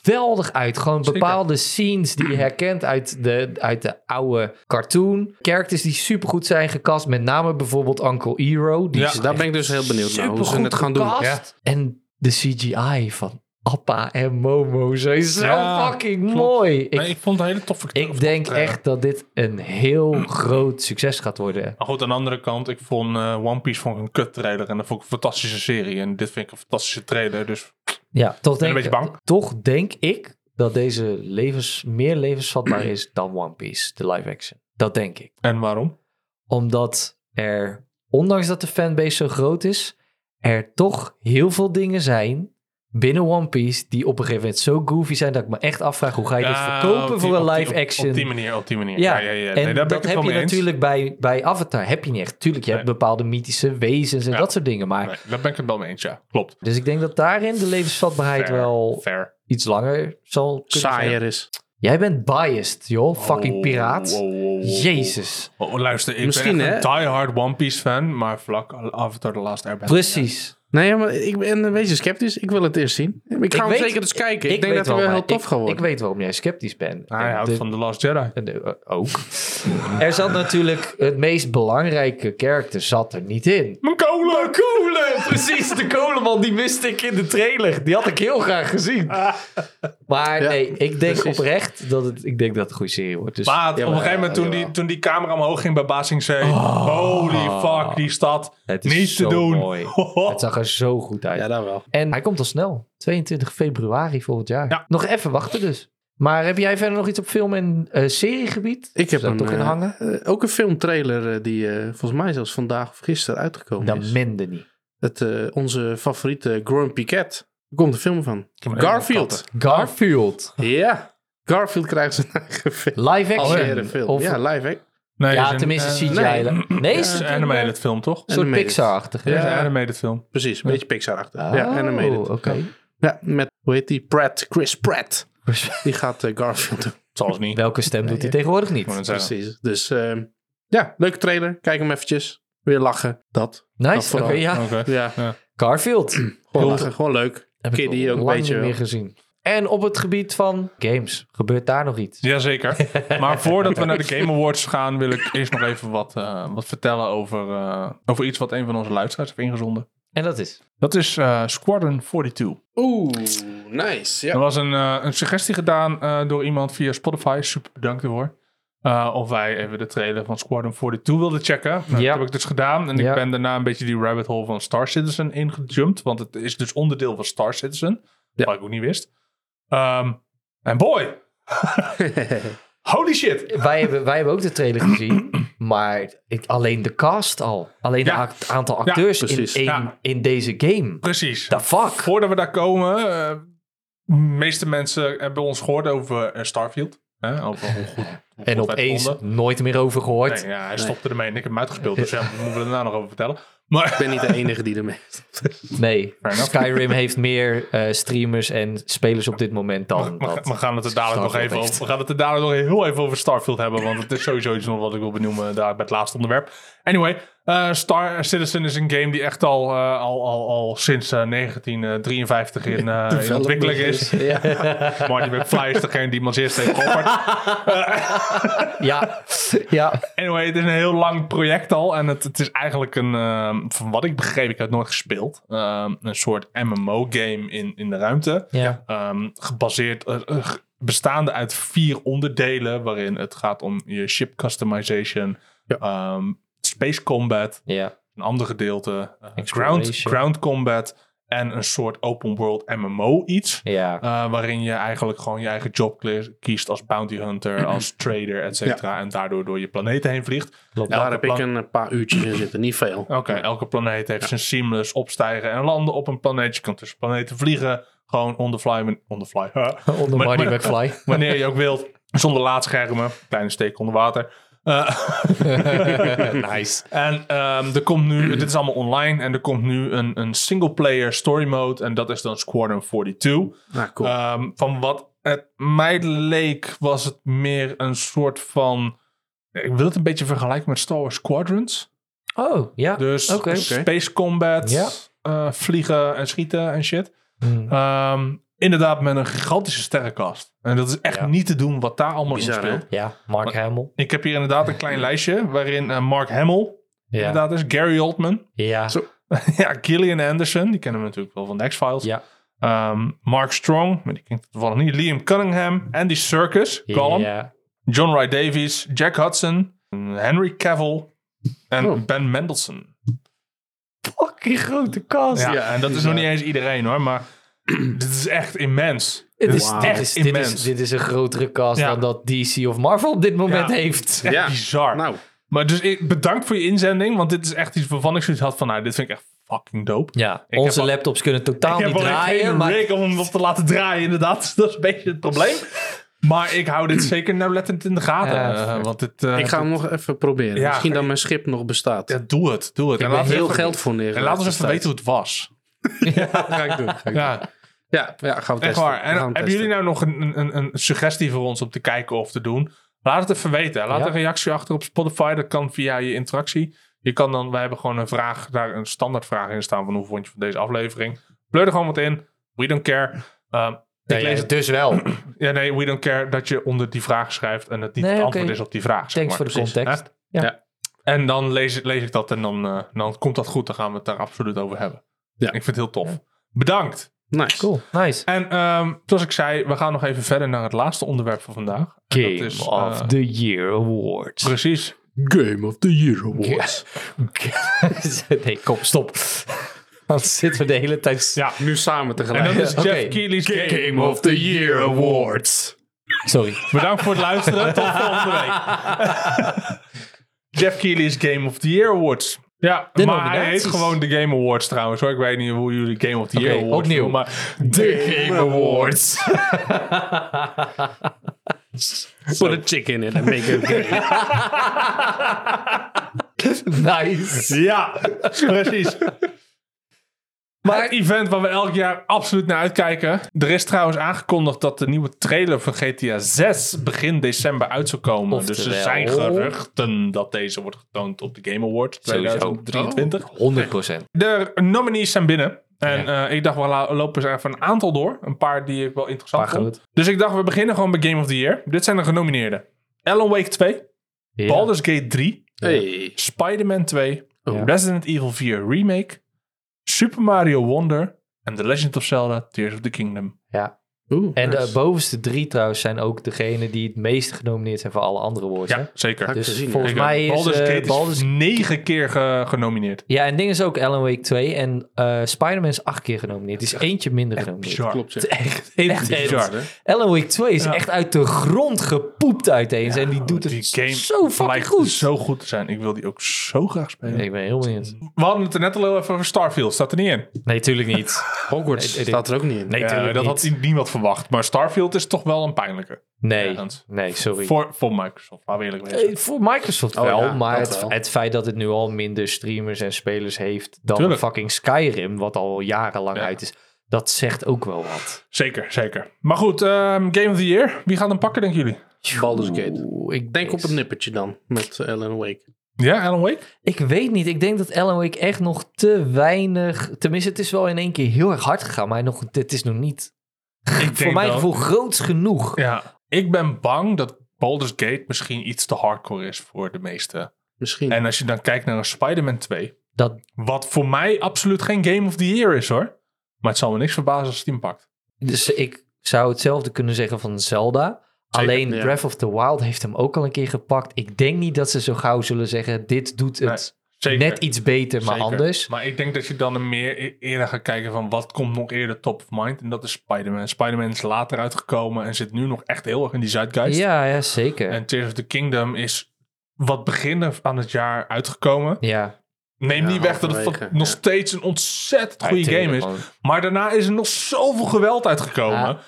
[SPEAKER 2] geweldig uit. Gewoon
[SPEAKER 3] Zeker.
[SPEAKER 2] bepaalde scenes die je herkent uit de, uit de oude cartoon. Characters die supergoed zijn gecast. Met name bijvoorbeeld Uncle Hero. Die
[SPEAKER 3] Ja,
[SPEAKER 2] is
[SPEAKER 4] daar ben ik dus heel benieuwd naar hoe ze
[SPEAKER 2] supergoed
[SPEAKER 4] het gaan doen.
[SPEAKER 2] gecast. En de CGI van Appa en Momo zijn zo
[SPEAKER 3] Ja,
[SPEAKER 2] fucking
[SPEAKER 3] klopt.
[SPEAKER 2] mooi.
[SPEAKER 3] Ik,
[SPEAKER 2] Ik,
[SPEAKER 3] ik vond het eh, een hele toffe
[SPEAKER 2] ik denk
[SPEAKER 3] trailer.
[SPEAKER 2] echt dat dit een heel groot succes gaat worden.
[SPEAKER 3] Maar goed, aan de andere kant, ik vond eh, One Piece vond ik een kut trailer. En dat vond ik een fantastische serie. En dit vind ik een fantastische trailer. Dus
[SPEAKER 2] Ja, toch
[SPEAKER 3] ben
[SPEAKER 2] denk,
[SPEAKER 3] een beetje bang.
[SPEAKER 2] Toch denk ik dat deze levens, meer levensvatbaar is dan One Piece, de live action. Dat denk ik.
[SPEAKER 3] En waarom?
[SPEAKER 2] Omdat er, ondanks dat de fanbase zo groot is, er toch heel veel dingen zijn binnen One Piece die op een gegeven moment zo goofy zijn dat ik me echt afvraag hoe ga je dit
[SPEAKER 3] Ja,
[SPEAKER 2] verkopen
[SPEAKER 3] op die-
[SPEAKER 2] voor een
[SPEAKER 3] op die-
[SPEAKER 2] live
[SPEAKER 3] op-
[SPEAKER 2] action.
[SPEAKER 3] Op die manier, op die manier.
[SPEAKER 2] Ja,
[SPEAKER 3] Ja, ja, ja.
[SPEAKER 2] en
[SPEAKER 3] Nee,
[SPEAKER 2] dat
[SPEAKER 3] daar ben ik het
[SPEAKER 2] heb
[SPEAKER 3] wel
[SPEAKER 2] je
[SPEAKER 3] mee eens.
[SPEAKER 2] natuurlijk bij, bij Avatar. Heb je niet echt. Tuurlijk, je hebt
[SPEAKER 3] Nee.
[SPEAKER 2] bepaalde mythische wezens en
[SPEAKER 3] Ja.
[SPEAKER 2] dat soort dingen. Maar,
[SPEAKER 3] Nee, daar ben ik het wel mee eens, ja. Klopt.
[SPEAKER 2] Dus ik denk dat daarin de levensvatbaarheid
[SPEAKER 3] Fair,
[SPEAKER 2] wel
[SPEAKER 3] fair.
[SPEAKER 2] iets langer zal kunnen zijn.
[SPEAKER 4] Saaier is.
[SPEAKER 2] Jij bent biased, joh. Fucking
[SPEAKER 3] Oh,
[SPEAKER 2] piraat.
[SPEAKER 3] wow, wow, wow, wow.
[SPEAKER 2] Jezus.
[SPEAKER 3] Oh, luister, ik
[SPEAKER 4] Misschien,
[SPEAKER 3] ben
[SPEAKER 4] hè?
[SPEAKER 3] echt een diehard One Piece fan, maar vlak Avatar The Last Airbender.
[SPEAKER 2] Precies.
[SPEAKER 4] Nee, maar ik ben eh, wees je sceptisch. Ik wil het eerst zien. Ik ga hem
[SPEAKER 2] weet-
[SPEAKER 4] zeker
[SPEAKER 3] dus
[SPEAKER 4] eens kijken. Ik, denk
[SPEAKER 2] weet
[SPEAKER 4] dat hij
[SPEAKER 2] wel,
[SPEAKER 4] wel
[SPEAKER 2] maar
[SPEAKER 4] heel tof
[SPEAKER 2] ik-
[SPEAKER 4] gaat worden.
[SPEAKER 2] Ik weet waarom jij sceptisch bent.
[SPEAKER 3] Hij
[SPEAKER 2] En
[SPEAKER 3] houdt
[SPEAKER 2] de-
[SPEAKER 3] Ah, van The Last Jedi.
[SPEAKER 2] en de- eh, ook. er zat natuurlijk het meest belangrijke karakter zat er niet in.
[SPEAKER 3] Mijn kolen!
[SPEAKER 2] Kolen! Precies, de kolenman die miste ik in de trailer. Die had ik heel graag gezien. Maar
[SPEAKER 4] Ja,
[SPEAKER 2] nee, ik denk
[SPEAKER 4] precies.
[SPEAKER 2] oprecht dat het, ik denk dat het een goede serie wordt. Dus
[SPEAKER 3] Maat,
[SPEAKER 4] Jawel,
[SPEAKER 3] op een gegeven moment toen,
[SPEAKER 4] jawel.
[SPEAKER 3] die, toen die camera omhoog ging bij Basingzee. holy fuck, die stad.
[SPEAKER 2] het is
[SPEAKER 3] Niet te
[SPEAKER 2] zo
[SPEAKER 3] doen.
[SPEAKER 2] mooi. Het zag er zo goed uit.
[SPEAKER 4] Ja, daar wel.
[SPEAKER 2] En hij komt al snel. 22 februari volgend jaar.
[SPEAKER 3] Ja.
[SPEAKER 2] Nog even wachten dus. Maar heb jij verder nog iets op film- en eh, seriegebied?
[SPEAKER 4] Ik heb
[SPEAKER 2] Zou
[SPEAKER 4] hem,
[SPEAKER 2] toch in
[SPEAKER 4] eh,
[SPEAKER 2] hangen?
[SPEAKER 4] eh, ook een filmtrailer eh, die eh, volgens mij zelfs vandaag of gisteren uitgekomen
[SPEAKER 2] Dan
[SPEAKER 4] is.
[SPEAKER 2] mende niet.
[SPEAKER 4] Het, eh, onze favoriete Grumpy Cat. Er komt een film van.
[SPEAKER 3] heb een
[SPEAKER 4] Garfield.
[SPEAKER 2] Garfield.
[SPEAKER 4] Ja. Garfield krijgt zijn eigen film.
[SPEAKER 2] Live action.
[SPEAKER 4] Alweer een film.
[SPEAKER 2] Of,
[SPEAKER 4] ja,
[SPEAKER 2] ja,
[SPEAKER 4] live act.
[SPEAKER 3] Nee, het is
[SPEAKER 2] tenminste
[SPEAKER 3] eh,
[SPEAKER 2] CGI.
[SPEAKER 3] nee,
[SPEAKER 2] Nee, nee
[SPEAKER 3] het
[SPEAKER 2] is
[SPEAKER 3] is
[SPEAKER 2] het
[SPEAKER 3] een
[SPEAKER 2] een eh,
[SPEAKER 3] animated film, toch? Het
[SPEAKER 2] soort
[SPEAKER 4] Animated.
[SPEAKER 2] Pixar-achtig.
[SPEAKER 3] is een
[SPEAKER 4] Ja.
[SPEAKER 3] animated film.
[SPEAKER 4] Precies, een beetje Pixar-achtig.
[SPEAKER 2] Oh,
[SPEAKER 4] ja, animated.
[SPEAKER 2] Oké.
[SPEAKER 4] Ja, met, hoe heet die? Pratt. Chris Pratt. Die gaat eh, Garfield doen.
[SPEAKER 3] Zal het niet.
[SPEAKER 2] Welke stem doet hij tegenwoordig
[SPEAKER 3] Ik wou
[SPEAKER 2] niet?
[SPEAKER 3] net zeggen.
[SPEAKER 4] Precies. Dus ehm, ja, leuke trailer. Kijk hem eventjes. Weer lachen. Dat. Dat
[SPEAKER 2] Nice, oké,
[SPEAKER 4] vooral.
[SPEAKER 2] ja.
[SPEAKER 3] Oké.
[SPEAKER 4] Ja,
[SPEAKER 2] Carfield.
[SPEAKER 4] gewoon
[SPEAKER 3] Heel-
[SPEAKER 4] lachen. Gewoon leuk.
[SPEAKER 2] Heb ik
[SPEAKER 4] Kiddy
[SPEAKER 2] al
[SPEAKER 4] ook een
[SPEAKER 2] lang
[SPEAKER 4] beetje
[SPEAKER 2] niet meer
[SPEAKER 4] wel.
[SPEAKER 2] gezien. En op het gebied van games, gebeurt daar nog iets?
[SPEAKER 3] Jazeker. Maar voordat we naar de Game Awards gaan, wil ik eerst nog even wat, eh, wat vertellen over, eh, over iets wat een van onze luisteraars heeft ingezonden.
[SPEAKER 2] En dat is?
[SPEAKER 3] Dat is eh, Squadron 42.
[SPEAKER 4] Oeh, nice.
[SPEAKER 3] Er
[SPEAKER 4] Ja.
[SPEAKER 3] was een, eh, een suggestie gedaan eh, door iemand via Spotify. Super bedankt ervoor. Eh, of wij even de trailer van Squadron 42 wilden checken. Nou,
[SPEAKER 2] Ja.
[SPEAKER 3] Dat heb ik dus gedaan. En
[SPEAKER 2] Ja.
[SPEAKER 3] ik ben daarna een beetje die rabbit hole van Star Citizen ingejumpt. Want het is dus onderdeel van Star Citizen. Wat ik ook niet wist. Ehm, en boy! Holy shit!
[SPEAKER 2] Wij hebben, wij hebben ook de trailer gezien, maar ik, alleen de cast al. Alleen
[SPEAKER 3] Ja.
[SPEAKER 2] het aantal acteurs in,
[SPEAKER 4] precies.
[SPEAKER 2] één-
[SPEAKER 3] Ja.
[SPEAKER 2] in deze game.
[SPEAKER 3] Precies.
[SPEAKER 2] The fuck?
[SPEAKER 3] Voordat we daar komen... eh, de meeste mensen hebben ons gehoord over eh, Starfield. Hè, over hoe goed...
[SPEAKER 2] En
[SPEAKER 3] hoe goed wij het vonden.
[SPEAKER 2] opeens nooit meer over gehoord.
[SPEAKER 3] Nee, ja, hij stopte ermee en ik heb hem uitgespeeld. Dus ja, moeten we er daarna nog over vertellen.
[SPEAKER 4] Ik
[SPEAKER 3] Maar
[SPEAKER 4] ben niet de enige die ermee
[SPEAKER 2] Nee,
[SPEAKER 3] enough.
[SPEAKER 2] Skyrim heeft meer eh, streamers en spelers op dit moment dan
[SPEAKER 3] we,
[SPEAKER 2] dat.
[SPEAKER 3] we gaan het er dadelijk nog
[SPEAKER 2] Starfield
[SPEAKER 3] even
[SPEAKER 2] heeft.
[SPEAKER 3] over. We gaan het er dadelijk nog heel even over Starfield hebben. Want het is sowieso iets nog wat ik wil benoemen daar bij het laatste onderwerp. Anyway, eh, Star Citizen is een game die echt al, eh, al, al, al sinds eh, 1953 in, eh, in ontwikkeling is.
[SPEAKER 4] Ja.
[SPEAKER 3] Marty McFly is degene die hem als eerste heeft geopperd.
[SPEAKER 2] Ja, ja.
[SPEAKER 3] Anyway, het is een heel lang project al. En het, het is eigenlijk een, ehm, van wat ik begreep, ik had het nooit gespeeld. ehm, een soort MMO-game in, in de ruimte.
[SPEAKER 2] ja.
[SPEAKER 3] Ehm, gebaseerd, eh, eh, ge- bestaande uit vier onderdelen. Waarin het gaat om je ship customization,
[SPEAKER 4] Ja.
[SPEAKER 3] ehm, space combat,
[SPEAKER 2] ja.
[SPEAKER 3] een ander gedeelte, eh, ground,
[SPEAKER 2] Exploration.
[SPEAKER 3] ground combat en een soort open world MMO iets.
[SPEAKER 2] ja.
[SPEAKER 3] Eh, waarin je eigenlijk gewoon je eigen job kle- kiest als bounty hunter, als trader, et cetera. En daardoor door je planeten heen vliegt.
[SPEAKER 2] Klopt.
[SPEAKER 3] Elke
[SPEAKER 4] Daar heb
[SPEAKER 3] plan- Oh,
[SPEAKER 4] ik eh, een paar uurtjes in zitten. Niet veel.
[SPEAKER 3] Oké, elke planeet heeft zijn seamless opstijgen en landen op een planeet. Je kan tussen planeten vliegen, gewoon on the fly. wan- On the fly.
[SPEAKER 2] Onder
[SPEAKER 3] Maar-
[SPEAKER 2] Marty
[SPEAKER 3] maar-
[SPEAKER 2] McFly.
[SPEAKER 3] Wanneer je ook wilt, zonder laadschermen. Kleine steek onder water. Eh,
[SPEAKER 2] nice.
[SPEAKER 3] en ehm, er komt nu, dit is allemaal online, en er komt nu een, een single player story mode. En dat is dan Squadron 42.
[SPEAKER 4] Nou, cool.
[SPEAKER 3] Ehm, van wat het mij leek, was het meer een soort van. Ik wil het een beetje vergelijken met Star Wars Squadrons.
[SPEAKER 2] Oh, ja.
[SPEAKER 3] Dus
[SPEAKER 2] Oké.
[SPEAKER 3] space combat,
[SPEAKER 2] Ja.
[SPEAKER 3] eh, vliegen en schieten en shit.
[SPEAKER 2] Hmm.
[SPEAKER 3] Ehm, inderdaad, met een gigantische sterrenkast. En dat is echt
[SPEAKER 2] Ja.
[SPEAKER 3] niet te doen wat daar allemaal
[SPEAKER 4] Bizar,
[SPEAKER 3] in
[SPEAKER 4] hè?
[SPEAKER 3] speelt.
[SPEAKER 2] Ja, Mark Hamill.
[SPEAKER 3] Ik heb hier inderdaad een klein lijstje waarin eh, Mark Hamill
[SPEAKER 2] Ja.
[SPEAKER 3] inderdaad is, Gary Oldman,
[SPEAKER 2] Ja.
[SPEAKER 4] Zo-
[SPEAKER 3] ja, Gillian Anderson, die kennen we natuurlijk wel van de X-Files.
[SPEAKER 2] Ja.
[SPEAKER 3] Ehm, Mark Strong, maar die ken ik toevallig niet. Liam Cunningham, Andy Serkis, Gollum,
[SPEAKER 2] Ja.
[SPEAKER 3] John Ray Davies, Jack Hudson, Henry Cavill en
[SPEAKER 4] Oh.
[SPEAKER 3] Ben Mendelsohn.
[SPEAKER 2] Fucking grote kast.
[SPEAKER 3] Ja,
[SPEAKER 4] Ja,
[SPEAKER 3] en dat is
[SPEAKER 4] dus
[SPEAKER 3] nog
[SPEAKER 4] ja.
[SPEAKER 3] niet eens iedereen hoor, maar dit is echt immens.
[SPEAKER 2] Het
[SPEAKER 3] Dit
[SPEAKER 2] is,
[SPEAKER 4] Wauw.
[SPEAKER 2] dit,
[SPEAKER 3] echt
[SPEAKER 2] is, dit,
[SPEAKER 3] immens.
[SPEAKER 2] is, dit is een grotere cast
[SPEAKER 3] Ja.
[SPEAKER 2] dan dat DC of Marvel op dit moment
[SPEAKER 3] Ja.
[SPEAKER 2] heeft.
[SPEAKER 3] Echt
[SPEAKER 4] Ja.
[SPEAKER 3] bizar.
[SPEAKER 4] nou,
[SPEAKER 3] Maar dus ik, bedankt voor je inzending, want dit is echt iets waarvan ik zoiets had van, nou, dit vind ik echt fucking dope.
[SPEAKER 2] Ja,
[SPEAKER 3] Ik
[SPEAKER 2] onze
[SPEAKER 3] heb al-
[SPEAKER 2] laptops kunnen totaal niet
[SPEAKER 3] Ik heb alleen
[SPEAKER 2] draaien.
[SPEAKER 3] geen
[SPEAKER 2] Maar
[SPEAKER 3] rig om hem op te laten draaien, inderdaad. Dat is een beetje het probleem. Maar ik hou dit zeker nauwlettend in de gaten.
[SPEAKER 2] Ja,
[SPEAKER 3] eh,
[SPEAKER 2] fuck.
[SPEAKER 3] want dit, eh,
[SPEAKER 4] ik ga hem nog even proberen.
[SPEAKER 3] Ja,
[SPEAKER 4] Misschien
[SPEAKER 3] ga-
[SPEAKER 4] dat mijn schip nog bestaat.
[SPEAKER 3] ja, doe het, doe het.
[SPEAKER 4] ik
[SPEAKER 3] en
[SPEAKER 4] ben
[SPEAKER 3] laat
[SPEAKER 4] heel
[SPEAKER 3] even-
[SPEAKER 4] geld voor neer.
[SPEAKER 3] En laat ons even weten hoe het was.
[SPEAKER 4] ga ik doen. Ga ik doen.
[SPEAKER 3] Ja,
[SPEAKER 4] Ja, ja, gaan
[SPEAKER 3] echt
[SPEAKER 4] we testen.
[SPEAKER 3] waar.
[SPEAKER 4] We gaan
[SPEAKER 3] En
[SPEAKER 4] hem
[SPEAKER 3] hebben
[SPEAKER 4] testen.
[SPEAKER 3] jullie nou nog een, een, een suggestie voor ons om te kijken of te doen? Laat het even weten. Laat
[SPEAKER 2] Ja.
[SPEAKER 3] een reactie achter op Spotify. Dat kan via je interactie. Je kan dan, wij hebben gewoon een vraag, daar een standaardvraag in staan van hoe vond je van deze aflevering. Pleur er gewoon wat in. We don't care. Ehm,
[SPEAKER 2] Nee,
[SPEAKER 3] ik lees het
[SPEAKER 2] dus wel.
[SPEAKER 3] Ja, nee, we don't care dat je onder die vraag schrijft en het niet
[SPEAKER 2] Nee,
[SPEAKER 3] het
[SPEAKER 2] oké.
[SPEAKER 3] antwoord is op die vraag. zeg
[SPEAKER 2] Thanks voor
[SPEAKER 3] maar.
[SPEAKER 2] de context.
[SPEAKER 3] En dan lees, ik- lees ik dat en dan, eh, dan komt dat goed. Dan gaan we het daar absoluut over hebben.
[SPEAKER 4] Ja.
[SPEAKER 3] Ik vind het heel tof. Bedankt.
[SPEAKER 4] Nice.
[SPEAKER 2] Cool, nice.
[SPEAKER 3] En ehm, zoals ik zei, we gaan nog even verder naar het laatste onderwerp van vandaag. En
[SPEAKER 2] Game
[SPEAKER 3] dat is,
[SPEAKER 2] of
[SPEAKER 3] eh,
[SPEAKER 2] the Year Awards.
[SPEAKER 3] Precies.
[SPEAKER 4] Game of the Year Awards.
[SPEAKER 2] nee, kom, stop. Dan zitten we de hele tijd...
[SPEAKER 3] Ja.
[SPEAKER 4] Nu samen
[SPEAKER 3] En dat
[SPEAKER 4] tegelijk.
[SPEAKER 3] is
[SPEAKER 2] Oké.
[SPEAKER 3] Jeff Keighley's game.
[SPEAKER 4] of the Year Awards.
[SPEAKER 2] Sorry.
[SPEAKER 3] Bedankt voor het luisteren. Tot volgende week. Jeff Keighley's Game of the Year Awards. Ja,
[SPEAKER 2] De
[SPEAKER 3] maar hij
[SPEAKER 2] nominaties.
[SPEAKER 3] heet gewoon de Game Awards trouwens. Hoor. Ik weet niet hoe jullie Game of the Year
[SPEAKER 2] Oké,
[SPEAKER 3] Awards
[SPEAKER 2] opnieuw.
[SPEAKER 3] noemen, maar de Game Awards.
[SPEAKER 4] Put a chick in it and make it game.
[SPEAKER 2] nice.
[SPEAKER 3] Ja, precies. Maar het event waar we elk jaar absoluut naar uitkijken. Er is trouwens aangekondigd dat de nieuwe trailer van GTA 6 begin december uit zou komen. dus er
[SPEAKER 2] Oftewel.
[SPEAKER 3] zijn geruchten dat deze wordt getoond op de Game Awards
[SPEAKER 2] Sowieso.
[SPEAKER 3] 2023.
[SPEAKER 2] 100%.
[SPEAKER 3] De nominees zijn binnen. En eh, ik dacht, we la- lopen eens even een aantal door. Een paar die ik wel interessant
[SPEAKER 2] Paar
[SPEAKER 3] vond.
[SPEAKER 2] goed.
[SPEAKER 3] Dus ik dacht, we beginnen gewoon bij Game of the Year. Dit zijn de genomineerden. Alan Wake 2, Baldur's Gate 3,
[SPEAKER 4] Hey.
[SPEAKER 3] Spider-Man 2,
[SPEAKER 2] Ja.
[SPEAKER 3] Resident Evil 4 Remake, Super Mario Wonder en The Legend of Zelda Tears of the Kingdom.
[SPEAKER 2] Ja.
[SPEAKER 4] Oeh,
[SPEAKER 2] En de
[SPEAKER 4] nice.
[SPEAKER 2] bovenste drie trouwens zijn ook degene die het meest genomineerd zijn voor alle andere awards. hè?
[SPEAKER 3] Ja, zeker.
[SPEAKER 4] Had ik
[SPEAKER 2] Dus
[SPEAKER 4] gezien,
[SPEAKER 2] volgens
[SPEAKER 3] Zeker.
[SPEAKER 2] mij is,
[SPEAKER 3] Baldur's
[SPEAKER 2] eh,
[SPEAKER 3] Gate
[SPEAKER 2] Baldur's-
[SPEAKER 3] is negen keer ge- genomineerd.
[SPEAKER 2] Ja, en ding is ook Alan Wake 2 en eh Spider-Man is acht keer genomineerd. Het is eentje minder genomineerd.
[SPEAKER 3] Bizar.
[SPEAKER 4] Klopt, ja.
[SPEAKER 2] Het is Echt, echt, echt.
[SPEAKER 3] bizar,
[SPEAKER 4] hè?
[SPEAKER 2] Alan Wake 2 is
[SPEAKER 3] Ja.
[SPEAKER 2] echt uit de grond gepoept uiteen. en die
[SPEAKER 3] Oh,
[SPEAKER 2] doet het
[SPEAKER 3] die game
[SPEAKER 2] zo fucking
[SPEAKER 3] lijkt
[SPEAKER 2] goed.
[SPEAKER 3] zo goed te zijn. Ik wil die ook zo graag spelen.
[SPEAKER 2] Ik ben heel benieuwd.
[SPEAKER 3] We hadden het er net al heel even over Starfield. Staat er niet in.
[SPEAKER 2] Nee, tuurlijk niet.
[SPEAKER 4] Hogwarts
[SPEAKER 2] Nee, nee,
[SPEAKER 4] staat er ook niet in.
[SPEAKER 2] Nee,
[SPEAKER 3] Ja,
[SPEAKER 2] tuurlijk
[SPEAKER 3] dat
[SPEAKER 2] niet.
[SPEAKER 3] had niemand verwacht. Maar Starfield is toch wel een pijnlijke.
[SPEAKER 2] Nee,
[SPEAKER 3] ergens.
[SPEAKER 2] nee, sorry.
[SPEAKER 3] Voor, voor Microsoft, laten we eerlijk wezen.
[SPEAKER 2] Eh, Voor Microsoft
[SPEAKER 4] Oh
[SPEAKER 2] wel,
[SPEAKER 4] ja,
[SPEAKER 2] maar
[SPEAKER 4] dat
[SPEAKER 2] het,
[SPEAKER 4] wel.
[SPEAKER 2] het feit dat het nu al minder streamers en spelers heeft dan
[SPEAKER 3] Tuurlijk.
[SPEAKER 2] fucking Skyrim, wat al jarenlang
[SPEAKER 3] Ja.
[SPEAKER 2] uit is, dat zegt ook wel wat.
[SPEAKER 3] Zeker, zeker. Maar goed, ehm, Game of the Year. Wie gaat hem pakken, denken jullie?
[SPEAKER 4] Baldur's Gate.
[SPEAKER 2] Oeh, ik
[SPEAKER 4] Denk op het nippertje dan, met eh, Alan Wake.
[SPEAKER 3] Ja, Alan Wake?
[SPEAKER 2] Ik weet niet. Ik denk dat Alan Wake echt nog te weinig. Tenminste, het is wel in één keer heel erg hard gegaan, maar nog, het is nog niet
[SPEAKER 3] Ik
[SPEAKER 2] voor mijn gevoel groots genoeg.
[SPEAKER 3] Ja, ik ben bang dat Baldur's Gate misschien iets te hardcore is voor de meesten.
[SPEAKER 4] Misschien.
[SPEAKER 3] En als je dan kijkt naar een Spider-Man 2,
[SPEAKER 2] Dat,
[SPEAKER 3] wat voor mij absoluut geen Game of the Year is hoor. Maar het zal me niks verbazen als het hem pakt.
[SPEAKER 2] dus ik zou hetzelfde kunnen zeggen van Zelda. Alleen
[SPEAKER 4] ja.
[SPEAKER 2] Breath of the Wild heeft hem ook al een keer gepakt. Ik denk niet dat ze zo gauw zullen zeggen: dit doet het.
[SPEAKER 3] Zeker.
[SPEAKER 2] Net iets beter, maar
[SPEAKER 3] Zeker.
[SPEAKER 2] anders.
[SPEAKER 3] Maar ik denk dat je dan er meer e- eerder gaat kijken van wat komt nog eerder top of mind. En dat is Spider-Man. Spider-Man is later uitgekomen en zit nu nog echt heel erg in die zeitgeist.
[SPEAKER 2] Ja, ja, zeker.
[SPEAKER 3] En Tears of the Kingdom is wat beginnen aan het jaar uitgekomen.
[SPEAKER 2] ja,
[SPEAKER 3] Neem
[SPEAKER 4] Ja,
[SPEAKER 3] niet weg dat het
[SPEAKER 4] halverwege,
[SPEAKER 3] nog
[SPEAKER 4] ja.
[SPEAKER 3] steeds een ontzettend goede game is.
[SPEAKER 2] Tuurlijk, man.
[SPEAKER 3] Maar daarna is er nog zoveel geweld uitgekomen.
[SPEAKER 2] Ja.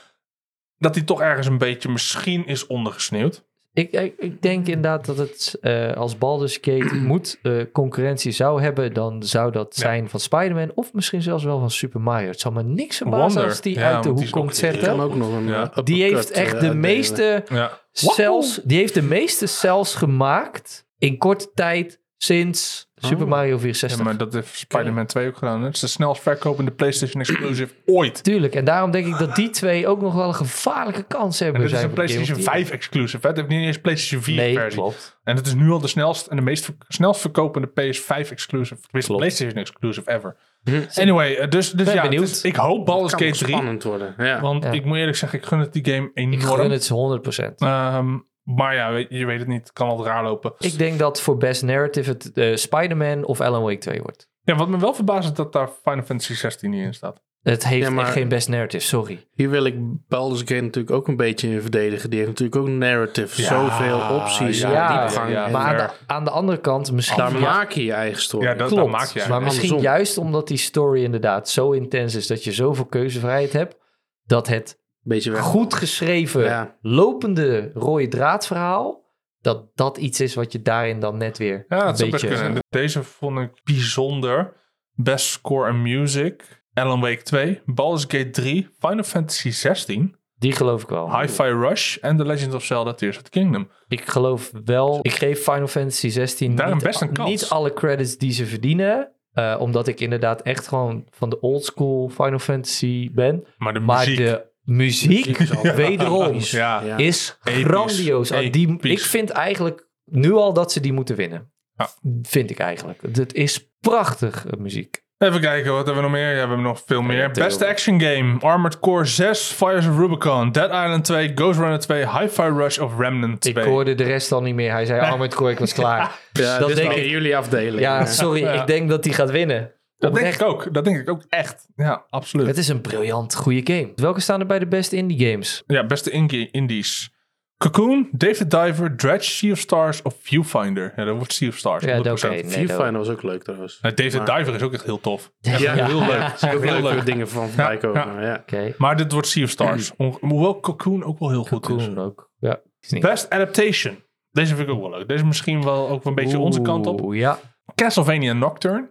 [SPEAKER 3] Dat die toch ergens een beetje misschien is ondergesneeuwd.
[SPEAKER 2] Ik, ik, ik denk inderdaad dat het eh, als Baldur's Gate moet eh, concurrentie zou hebben, dan zou dat
[SPEAKER 3] Ja.
[SPEAKER 2] zijn van Spider-Man of misschien zelfs wel van Super Mario. Het zal me niks verbazen
[SPEAKER 3] Wonder.
[SPEAKER 2] als die
[SPEAKER 3] Ja,
[SPEAKER 2] uit
[SPEAKER 3] want
[SPEAKER 2] de
[SPEAKER 3] die
[SPEAKER 2] hoek
[SPEAKER 3] is ook
[SPEAKER 2] komt
[SPEAKER 4] Die
[SPEAKER 2] zetten.
[SPEAKER 4] kan ook nog een
[SPEAKER 3] Ja.
[SPEAKER 4] eh,
[SPEAKER 2] Die heeft
[SPEAKER 4] uppercut,
[SPEAKER 2] echt
[SPEAKER 4] eh,
[SPEAKER 2] de
[SPEAKER 4] uitdelen.
[SPEAKER 2] meeste
[SPEAKER 3] Ja.
[SPEAKER 2] cells, die heeft de meeste cells gemaakt in korte tijd sinds Super
[SPEAKER 4] Oh.
[SPEAKER 2] Mario
[SPEAKER 3] Ja,
[SPEAKER 2] 64.
[SPEAKER 3] maar dat heeft Spider-Man 2 ook gedaan. hè? Het is de snelst verkopende PlayStation exclusive ooit.
[SPEAKER 2] Tuurlijk, en daarom denk ik dat die twee ook nog wel een gevaarlijke kans hebben.
[SPEAKER 3] En dit is
[SPEAKER 2] zijn
[SPEAKER 3] een
[SPEAKER 2] voor de Game of
[SPEAKER 3] PlayStation
[SPEAKER 2] the Year.
[SPEAKER 3] 5 exclusive. Hè? Het heeft niet eens een PlayStation 4
[SPEAKER 2] Nee,
[SPEAKER 3] versie.
[SPEAKER 2] klopt.
[SPEAKER 3] En het is nu al de snelst en de meest ver- snelst verkopende PS5 exclusive. tenminste
[SPEAKER 2] Klopt.
[SPEAKER 3] PlayStation exclusive ever.
[SPEAKER 4] Hm.
[SPEAKER 3] Anyway, eh, dus, dus
[SPEAKER 2] Ben
[SPEAKER 3] ja,
[SPEAKER 2] benieuwd.
[SPEAKER 3] het is- ik hoop Baldur's
[SPEAKER 4] Kan wel
[SPEAKER 3] Gate 3.
[SPEAKER 4] spannend worden. Ja.
[SPEAKER 3] Want
[SPEAKER 2] Ja.
[SPEAKER 3] ik moet eerlijk zeggen, ik gun het die game enorm.
[SPEAKER 2] Ik gun het ze 100%.
[SPEAKER 3] Ehm, maar ja, weet- je weet het niet. Het kan altijd raar lopen.
[SPEAKER 2] Ik denk dat voor Best Narrative het eh, Spider-Man of Alan Wake 2 wordt.
[SPEAKER 3] Ja, wat me wel verbaast is dat daar Final Fantasy 16 niet in staat.
[SPEAKER 2] Het heeft
[SPEAKER 4] Ja, maar-
[SPEAKER 2] echt geen Best Narrative, sorry.
[SPEAKER 4] Hier wil ik Baldur's Gate natuurlijk ook een beetje in verdedigen. Die heeft natuurlijk ook narrative. Zoveel opties.
[SPEAKER 3] ja,
[SPEAKER 4] en
[SPEAKER 2] ja,
[SPEAKER 4] diepgang.
[SPEAKER 3] ja, ja.
[SPEAKER 4] En
[SPEAKER 2] maar aan
[SPEAKER 3] fair.
[SPEAKER 2] de, aan de andere kant, misschien...
[SPEAKER 4] Daar
[SPEAKER 2] Ja,
[SPEAKER 4] maak je je eigen story.
[SPEAKER 3] Ja, dat daar
[SPEAKER 2] klopt.
[SPEAKER 3] maak je
[SPEAKER 2] maar
[SPEAKER 3] eigenlijk.
[SPEAKER 2] misschien
[SPEAKER 4] Andersom.
[SPEAKER 2] juist omdat die story inderdaad zo intens is... dat je zoveel keuzevrijheid hebt... dat het
[SPEAKER 4] beetje weg.
[SPEAKER 2] goed geschreven,
[SPEAKER 4] Ja.
[SPEAKER 2] lopende rode draadverhaal... dat dat iets is wat je daarin dan net weer
[SPEAKER 3] Ja,
[SPEAKER 2] een
[SPEAKER 3] dat zou best
[SPEAKER 2] beetje...
[SPEAKER 3] kunnen. Deze vond ik bijzonder. Best Score and Music. Alan Wake 2. Baldur's Gate 3. Final Fantasy 16.
[SPEAKER 2] Die geloof ik wel.
[SPEAKER 3] Hi-Fi Rush. En The Legend of Zelda Tears of the Kingdom.
[SPEAKER 2] Ik geloof wel, ik geef Final Fantasy 16
[SPEAKER 3] Daarom
[SPEAKER 2] niet,
[SPEAKER 3] best een kans.
[SPEAKER 2] niet alle credits die ze verdienen. eh, omdat ik inderdaad echt gewoon van de old school Final Fantasy ben.
[SPEAKER 3] Maar de
[SPEAKER 2] Maar
[SPEAKER 3] muziek.
[SPEAKER 2] de muziek, wederom,
[SPEAKER 3] ja.
[SPEAKER 4] Ja.
[SPEAKER 2] is
[SPEAKER 3] Episch.
[SPEAKER 2] grandioos. Ah, die,
[SPEAKER 3] Episch.
[SPEAKER 2] ik vind eigenlijk nu al dat ze die moeten winnen.
[SPEAKER 3] Ja.
[SPEAKER 2] Vind ik eigenlijk. Het is prachtig eh, muziek.
[SPEAKER 3] Even kijken, wat hebben we nog meer? Ja, we hebben nog veel meer.
[SPEAKER 2] natuurlijk.
[SPEAKER 3] Beste Action Game. Armored Core 6. Fires of Rubicon. Dead Island 2. Ghost Runner 2. Hi-Fi Rush of Remnant 2.
[SPEAKER 2] Ik hoorde de rest al niet meer. Hij zei, Armored Core, ik was klaar. dat
[SPEAKER 4] Ja, dit is
[SPEAKER 2] denk
[SPEAKER 4] wel
[SPEAKER 2] ik.
[SPEAKER 4] jullie afdeling.
[SPEAKER 2] Ja, sorry,
[SPEAKER 3] Ja.
[SPEAKER 2] ik denk dat die gaat winnen.
[SPEAKER 3] dat denk
[SPEAKER 2] Oprecht.
[SPEAKER 3] ik ook. Dat denk ik ook echt. Ja, absoluut.
[SPEAKER 2] Het is een briljant goede game. Welke staan er bij de best indie games?
[SPEAKER 3] Ja, beste indie indies. Cocoon, David Diver, Dredge, Sea of Stars of Viewfinder. Ja, dat wordt Sea of Stars.
[SPEAKER 2] Ja,
[SPEAKER 3] 100%.
[SPEAKER 2] dat oké. nee,
[SPEAKER 4] Viewfinder was ook leuk trouwens.
[SPEAKER 3] Nou, David
[SPEAKER 4] Maar-
[SPEAKER 3] Diver is ook echt heel tof.
[SPEAKER 2] dat-
[SPEAKER 4] Ja,
[SPEAKER 2] Ja.
[SPEAKER 4] heel leuk. Er zijn ook
[SPEAKER 3] Heel
[SPEAKER 4] leuke
[SPEAKER 3] leuk.
[SPEAKER 4] dingen van voorbij
[SPEAKER 3] Ja,
[SPEAKER 4] komen.
[SPEAKER 3] ja.
[SPEAKER 4] Ja. Ja.
[SPEAKER 2] Oké.
[SPEAKER 3] Maar dit wordt Sea of Stars. Onge- Hoewel Cocoon ook wel heel goed
[SPEAKER 2] Cocoon
[SPEAKER 3] Dus- is.
[SPEAKER 2] ook. Ja. Is niet-
[SPEAKER 3] Best Adaptation. Deze vind ik ook wel leuk. Deze misschien wel ook een beetje onze kant op.
[SPEAKER 2] Oeh, Ja.
[SPEAKER 3] Castlevania Nocturne.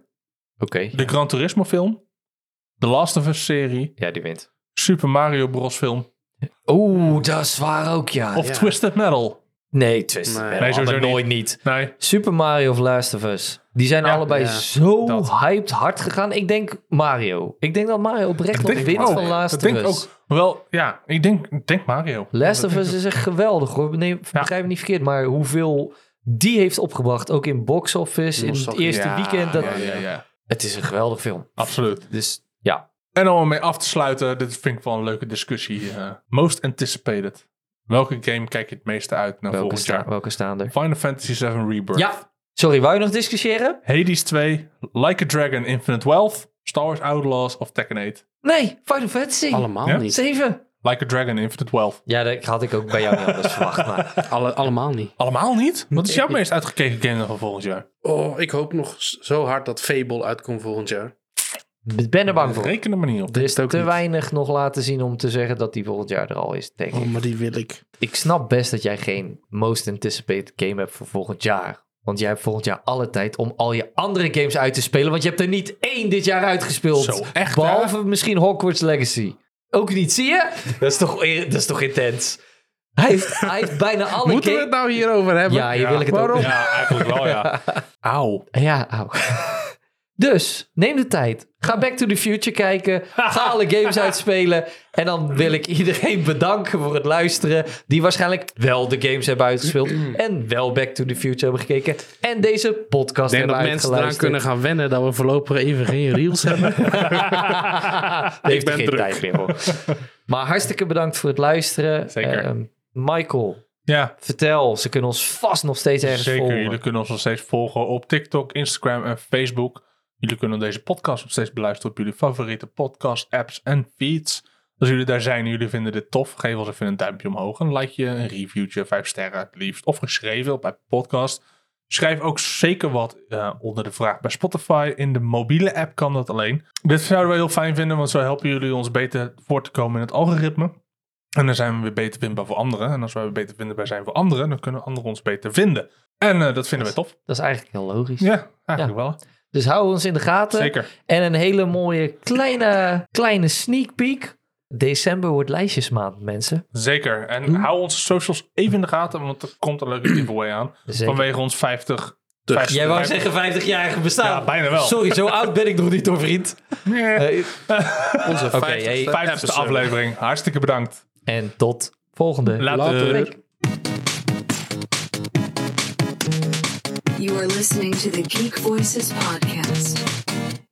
[SPEAKER 2] Oké.
[SPEAKER 3] De Gran Turismo film. The Last of Us serie,
[SPEAKER 2] Ja, die wint.
[SPEAKER 3] Super Mario Bros film
[SPEAKER 2] Oeh, dat is waar ook, Ah, ja.
[SPEAKER 3] of
[SPEAKER 4] ja.
[SPEAKER 3] Twisted Metal.
[SPEAKER 2] Nee, Twist.
[SPEAKER 4] Nee.
[SPEAKER 2] Nee,
[SPEAKER 3] Nee, sowieso niet.
[SPEAKER 2] nooit niet.
[SPEAKER 3] Nee,
[SPEAKER 2] Super Mario of Last of Us. Die zijn
[SPEAKER 3] Ja,
[SPEAKER 2] allebei
[SPEAKER 4] ja.
[SPEAKER 2] zo
[SPEAKER 3] Dat.
[SPEAKER 2] hyped hard gegaan. Ik denk Mario. Ik denk dat Mario oprecht wel
[SPEAKER 3] denk ik
[SPEAKER 2] wint
[SPEAKER 3] ook.
[SPEAKER 2] van Last
[SPEAKER 3] dat
[SPEAKER 2] of
[SPEAKER 3] denk
[SPEAKER 2] Us.
[SPEAKER 3] ik ook. Wel, ja, ik denk, ik denk Mario.
[SPEAKER 2] Last
[SPEAKER 3] Dat
[SPEAKER 2] of
[SPEAKER 3] denk
[SPEAKER 2] Us
[SPEAKER 3] ik
[SPEAKER 2] is echt geweldig hoor. Nee, begrijp me niet verkeerd, maar hoeveel die heeft opgebracht, ook in box office, in het
[SPEAKER 4] Nostalgie.
[SPEAKER 2] eerste
[SPEAKER 3] Ja,
[SPEAKER 2] weekend. Dat...
[SPEAKER 3] Ja, ja, ja.
[SPEAKER 2] Het is een geweldig film.
[SPEAKER 3] Absoluut.
[SPEAKER 2] Dus ja,
[SPEAKER 3] En om ermee af te sluiten, dit vind ik wel een leuke discussie. eh, most anticipated. Welke game kijk je het meeste uit naar
[SPEAKER 2] welke,
[SPEAKER 3] volgend
[SPEAKER 2] sta-
[SPEAKER 3] jaar?
[SPEAKER 2] welke staan er?
[SPEAKER 3] Final Fantasy VII Rebirth.
[SPEAKER 2] Ja, sorry, wou je nog discussiëren?
[SPEAKER 3] Hades 2, Like a Dragon, Infinite Wealth, Star Wars Outlaws of Tekken 8.
[SPEAKER 2] Nee, Final Fantasy.
[SPEAKER 4] Allemaal
[SPEAKER 3] Ja?
[SPEAKER 4] niet.
[SPEAKER 2] Zeven.
[SPEAKER 3] Like a Dragon, Infinite Wealth.
[SPEAKER 2] Ja, dat had ik ook bij jou niet anders verwacht. Maar
[SPEAKER 4] Alle, allemaal niet.
[SPEAKER 3] Allemaal niet? Wat is jouw meest uitgekeken game van volgend jaar?
[SPEAKER 4] Oh, ik hoop nog s- zo hard dat Fable uitkomt volgend jaar.
[SPEAKER 2] ik ben er bang voor.
[SPEAKER 3] Reken er maar niet op.
[SPEAKER 2] Er is
[SPEAKER 4] het ook
[SPEAKER 2] te
[SPEAKER 4] niet.
[SPEAKER 2] weinig nog laten zien om te zeggen dat die volgend jaar er al is, denk ik.
[SPEAKER 4] Oh, maar die wil ik.
[SPEAKER 2] Ik snap best dat jij geen most anticipated game hebt voor volgend jaar. Want jij hebt volgend jaar alle tijd om al je andere games uit te spelen. Want je hebt er niet één dit jaar uitgespeeld.
[SPEAKER 3] Zo, echt,
[SPEAKER 2] Behalve misschien Hogwarts Legacy. Ook niet, zie je? Dat is toch, dat is toch intens? Hij heeft, hij heeft bijna alle
[SPEAKER 4] Moeten we het
[SPEAKER 2] games...
[SPEAKER 4] nou hierover hebben?
[SPEAKER 2] Ja, hier wil ik het ook.
[SPEAKER 4] Waarom?
[SPEAKER 3] Ja, eigenlijk wel, ja. Auw.
[SPEAKER 2] Ja, au. Dus, neem de tijd. Ga Back to the Future kijken. Ga alle games uitspelen. En dan wil ik iedereen bedanken voor het luisteren. Die waarschijnlijk wel de games hebben uitgespeeld. En wel Back to the Future hebben gekeken. En deze podcast
[SPEAKER 4] Ik denk
[SPEAKER 2] hebben
[SPEAKER 4] dat mensen eraan kunnen gaan wennen dat we voorlopig even geen reels hebben.
[SPEAKER 2] Heeft
[SPEAKER 4] Ik ben
[SPEAKER 2] geen
[SPEAKER 4] druk.
[SPEAKER 2] tijd meer hoor. Maar hartstikke bedankt voor het luisteren.
[SPEAKER 3] Zeker.
[SPEAKER 2] Ehm, Michael,
[SPEAKER 3] Ja,
[SPEAKER 2] vertel. Ze kunnen ons vast nog steeds ergens
[SPEAKER 3] Zeker,
[SPEAKER 2] volgen.
[SPEAKER 3] jullie kunnen ons nog steeds volgen op TikTok, Instagram en Facebook. Jullie kunnen deze podcast nog steeds beluisteren op jullie favoriete podcast, apps en feeds. Als jullie daar zijn en jullie vinden dit tof, geef ons even een duimpje omhoog. Een likeje, een reviewtje, vijf sterren het liefst. Of geschreven op Apple Podcast. Schrijf ook zeker wat eh, onder de vraag bij Spotify. In de mobiele app kan dat alleen. Dit zouden we heel fijn vinden, want zo helpen jullie ons beter voor te komen in het algoritme. En dan zijn we weer beter vindbaar voor anderen. En als wij weer beter vindbaar zijn voor anderen, dan kunnen anderen ons beter vinden. En eh, dat vinden we tof.
[SPEAKER 2] Dat is eigenlijk heel logisch.
[SPEAKER 3] Ja, eigenlijk wel.
[SPEAKER 2] Dus hou ons in de gaten.
[SPEAKER 3] Zeker.
[SPEAKER 2] En een hele mooie kleine, kleine sneak peek. December wordt lijstjesmaand, mensen.
[SPEAKER 3] Zeker. En
[SPEAKER 2] Hm?
[SPEAKER 3] hou onze socials even in de gaten, want er komt een leuke giveaway aan.
[SPEAKER 2] Zeker.
[SPEAKER 3] Vanwege ons 50...
[SPEAKER 4] Jij
[SPEAKER 3] 50
[SPEAKER 2] Jij wou zeggen 50-jarige bestaan.
[SPEAKER 3] Ja, bijna wel.
[SPEAKER 2] Sorry, zo oud ben ik nog niet hoor, vriend. Eh,
[SPEAKER 4] Onze
[SPEAKER 2] Oké,
[SPEAKER 4] 50ste
[SPEAKER 2] hey,
[SPEAKER 3] 50ste
[SPEAKER 4] episode.
[SPEAKER 3] aflevering. Hartstikke bedankt.
[SPEAKER 2] en tot volgende
[SPEAKER 3] Later.
[SPEAKER 2] week.
[SPEAKER 1] You are listening to the Geek Voices Podcast.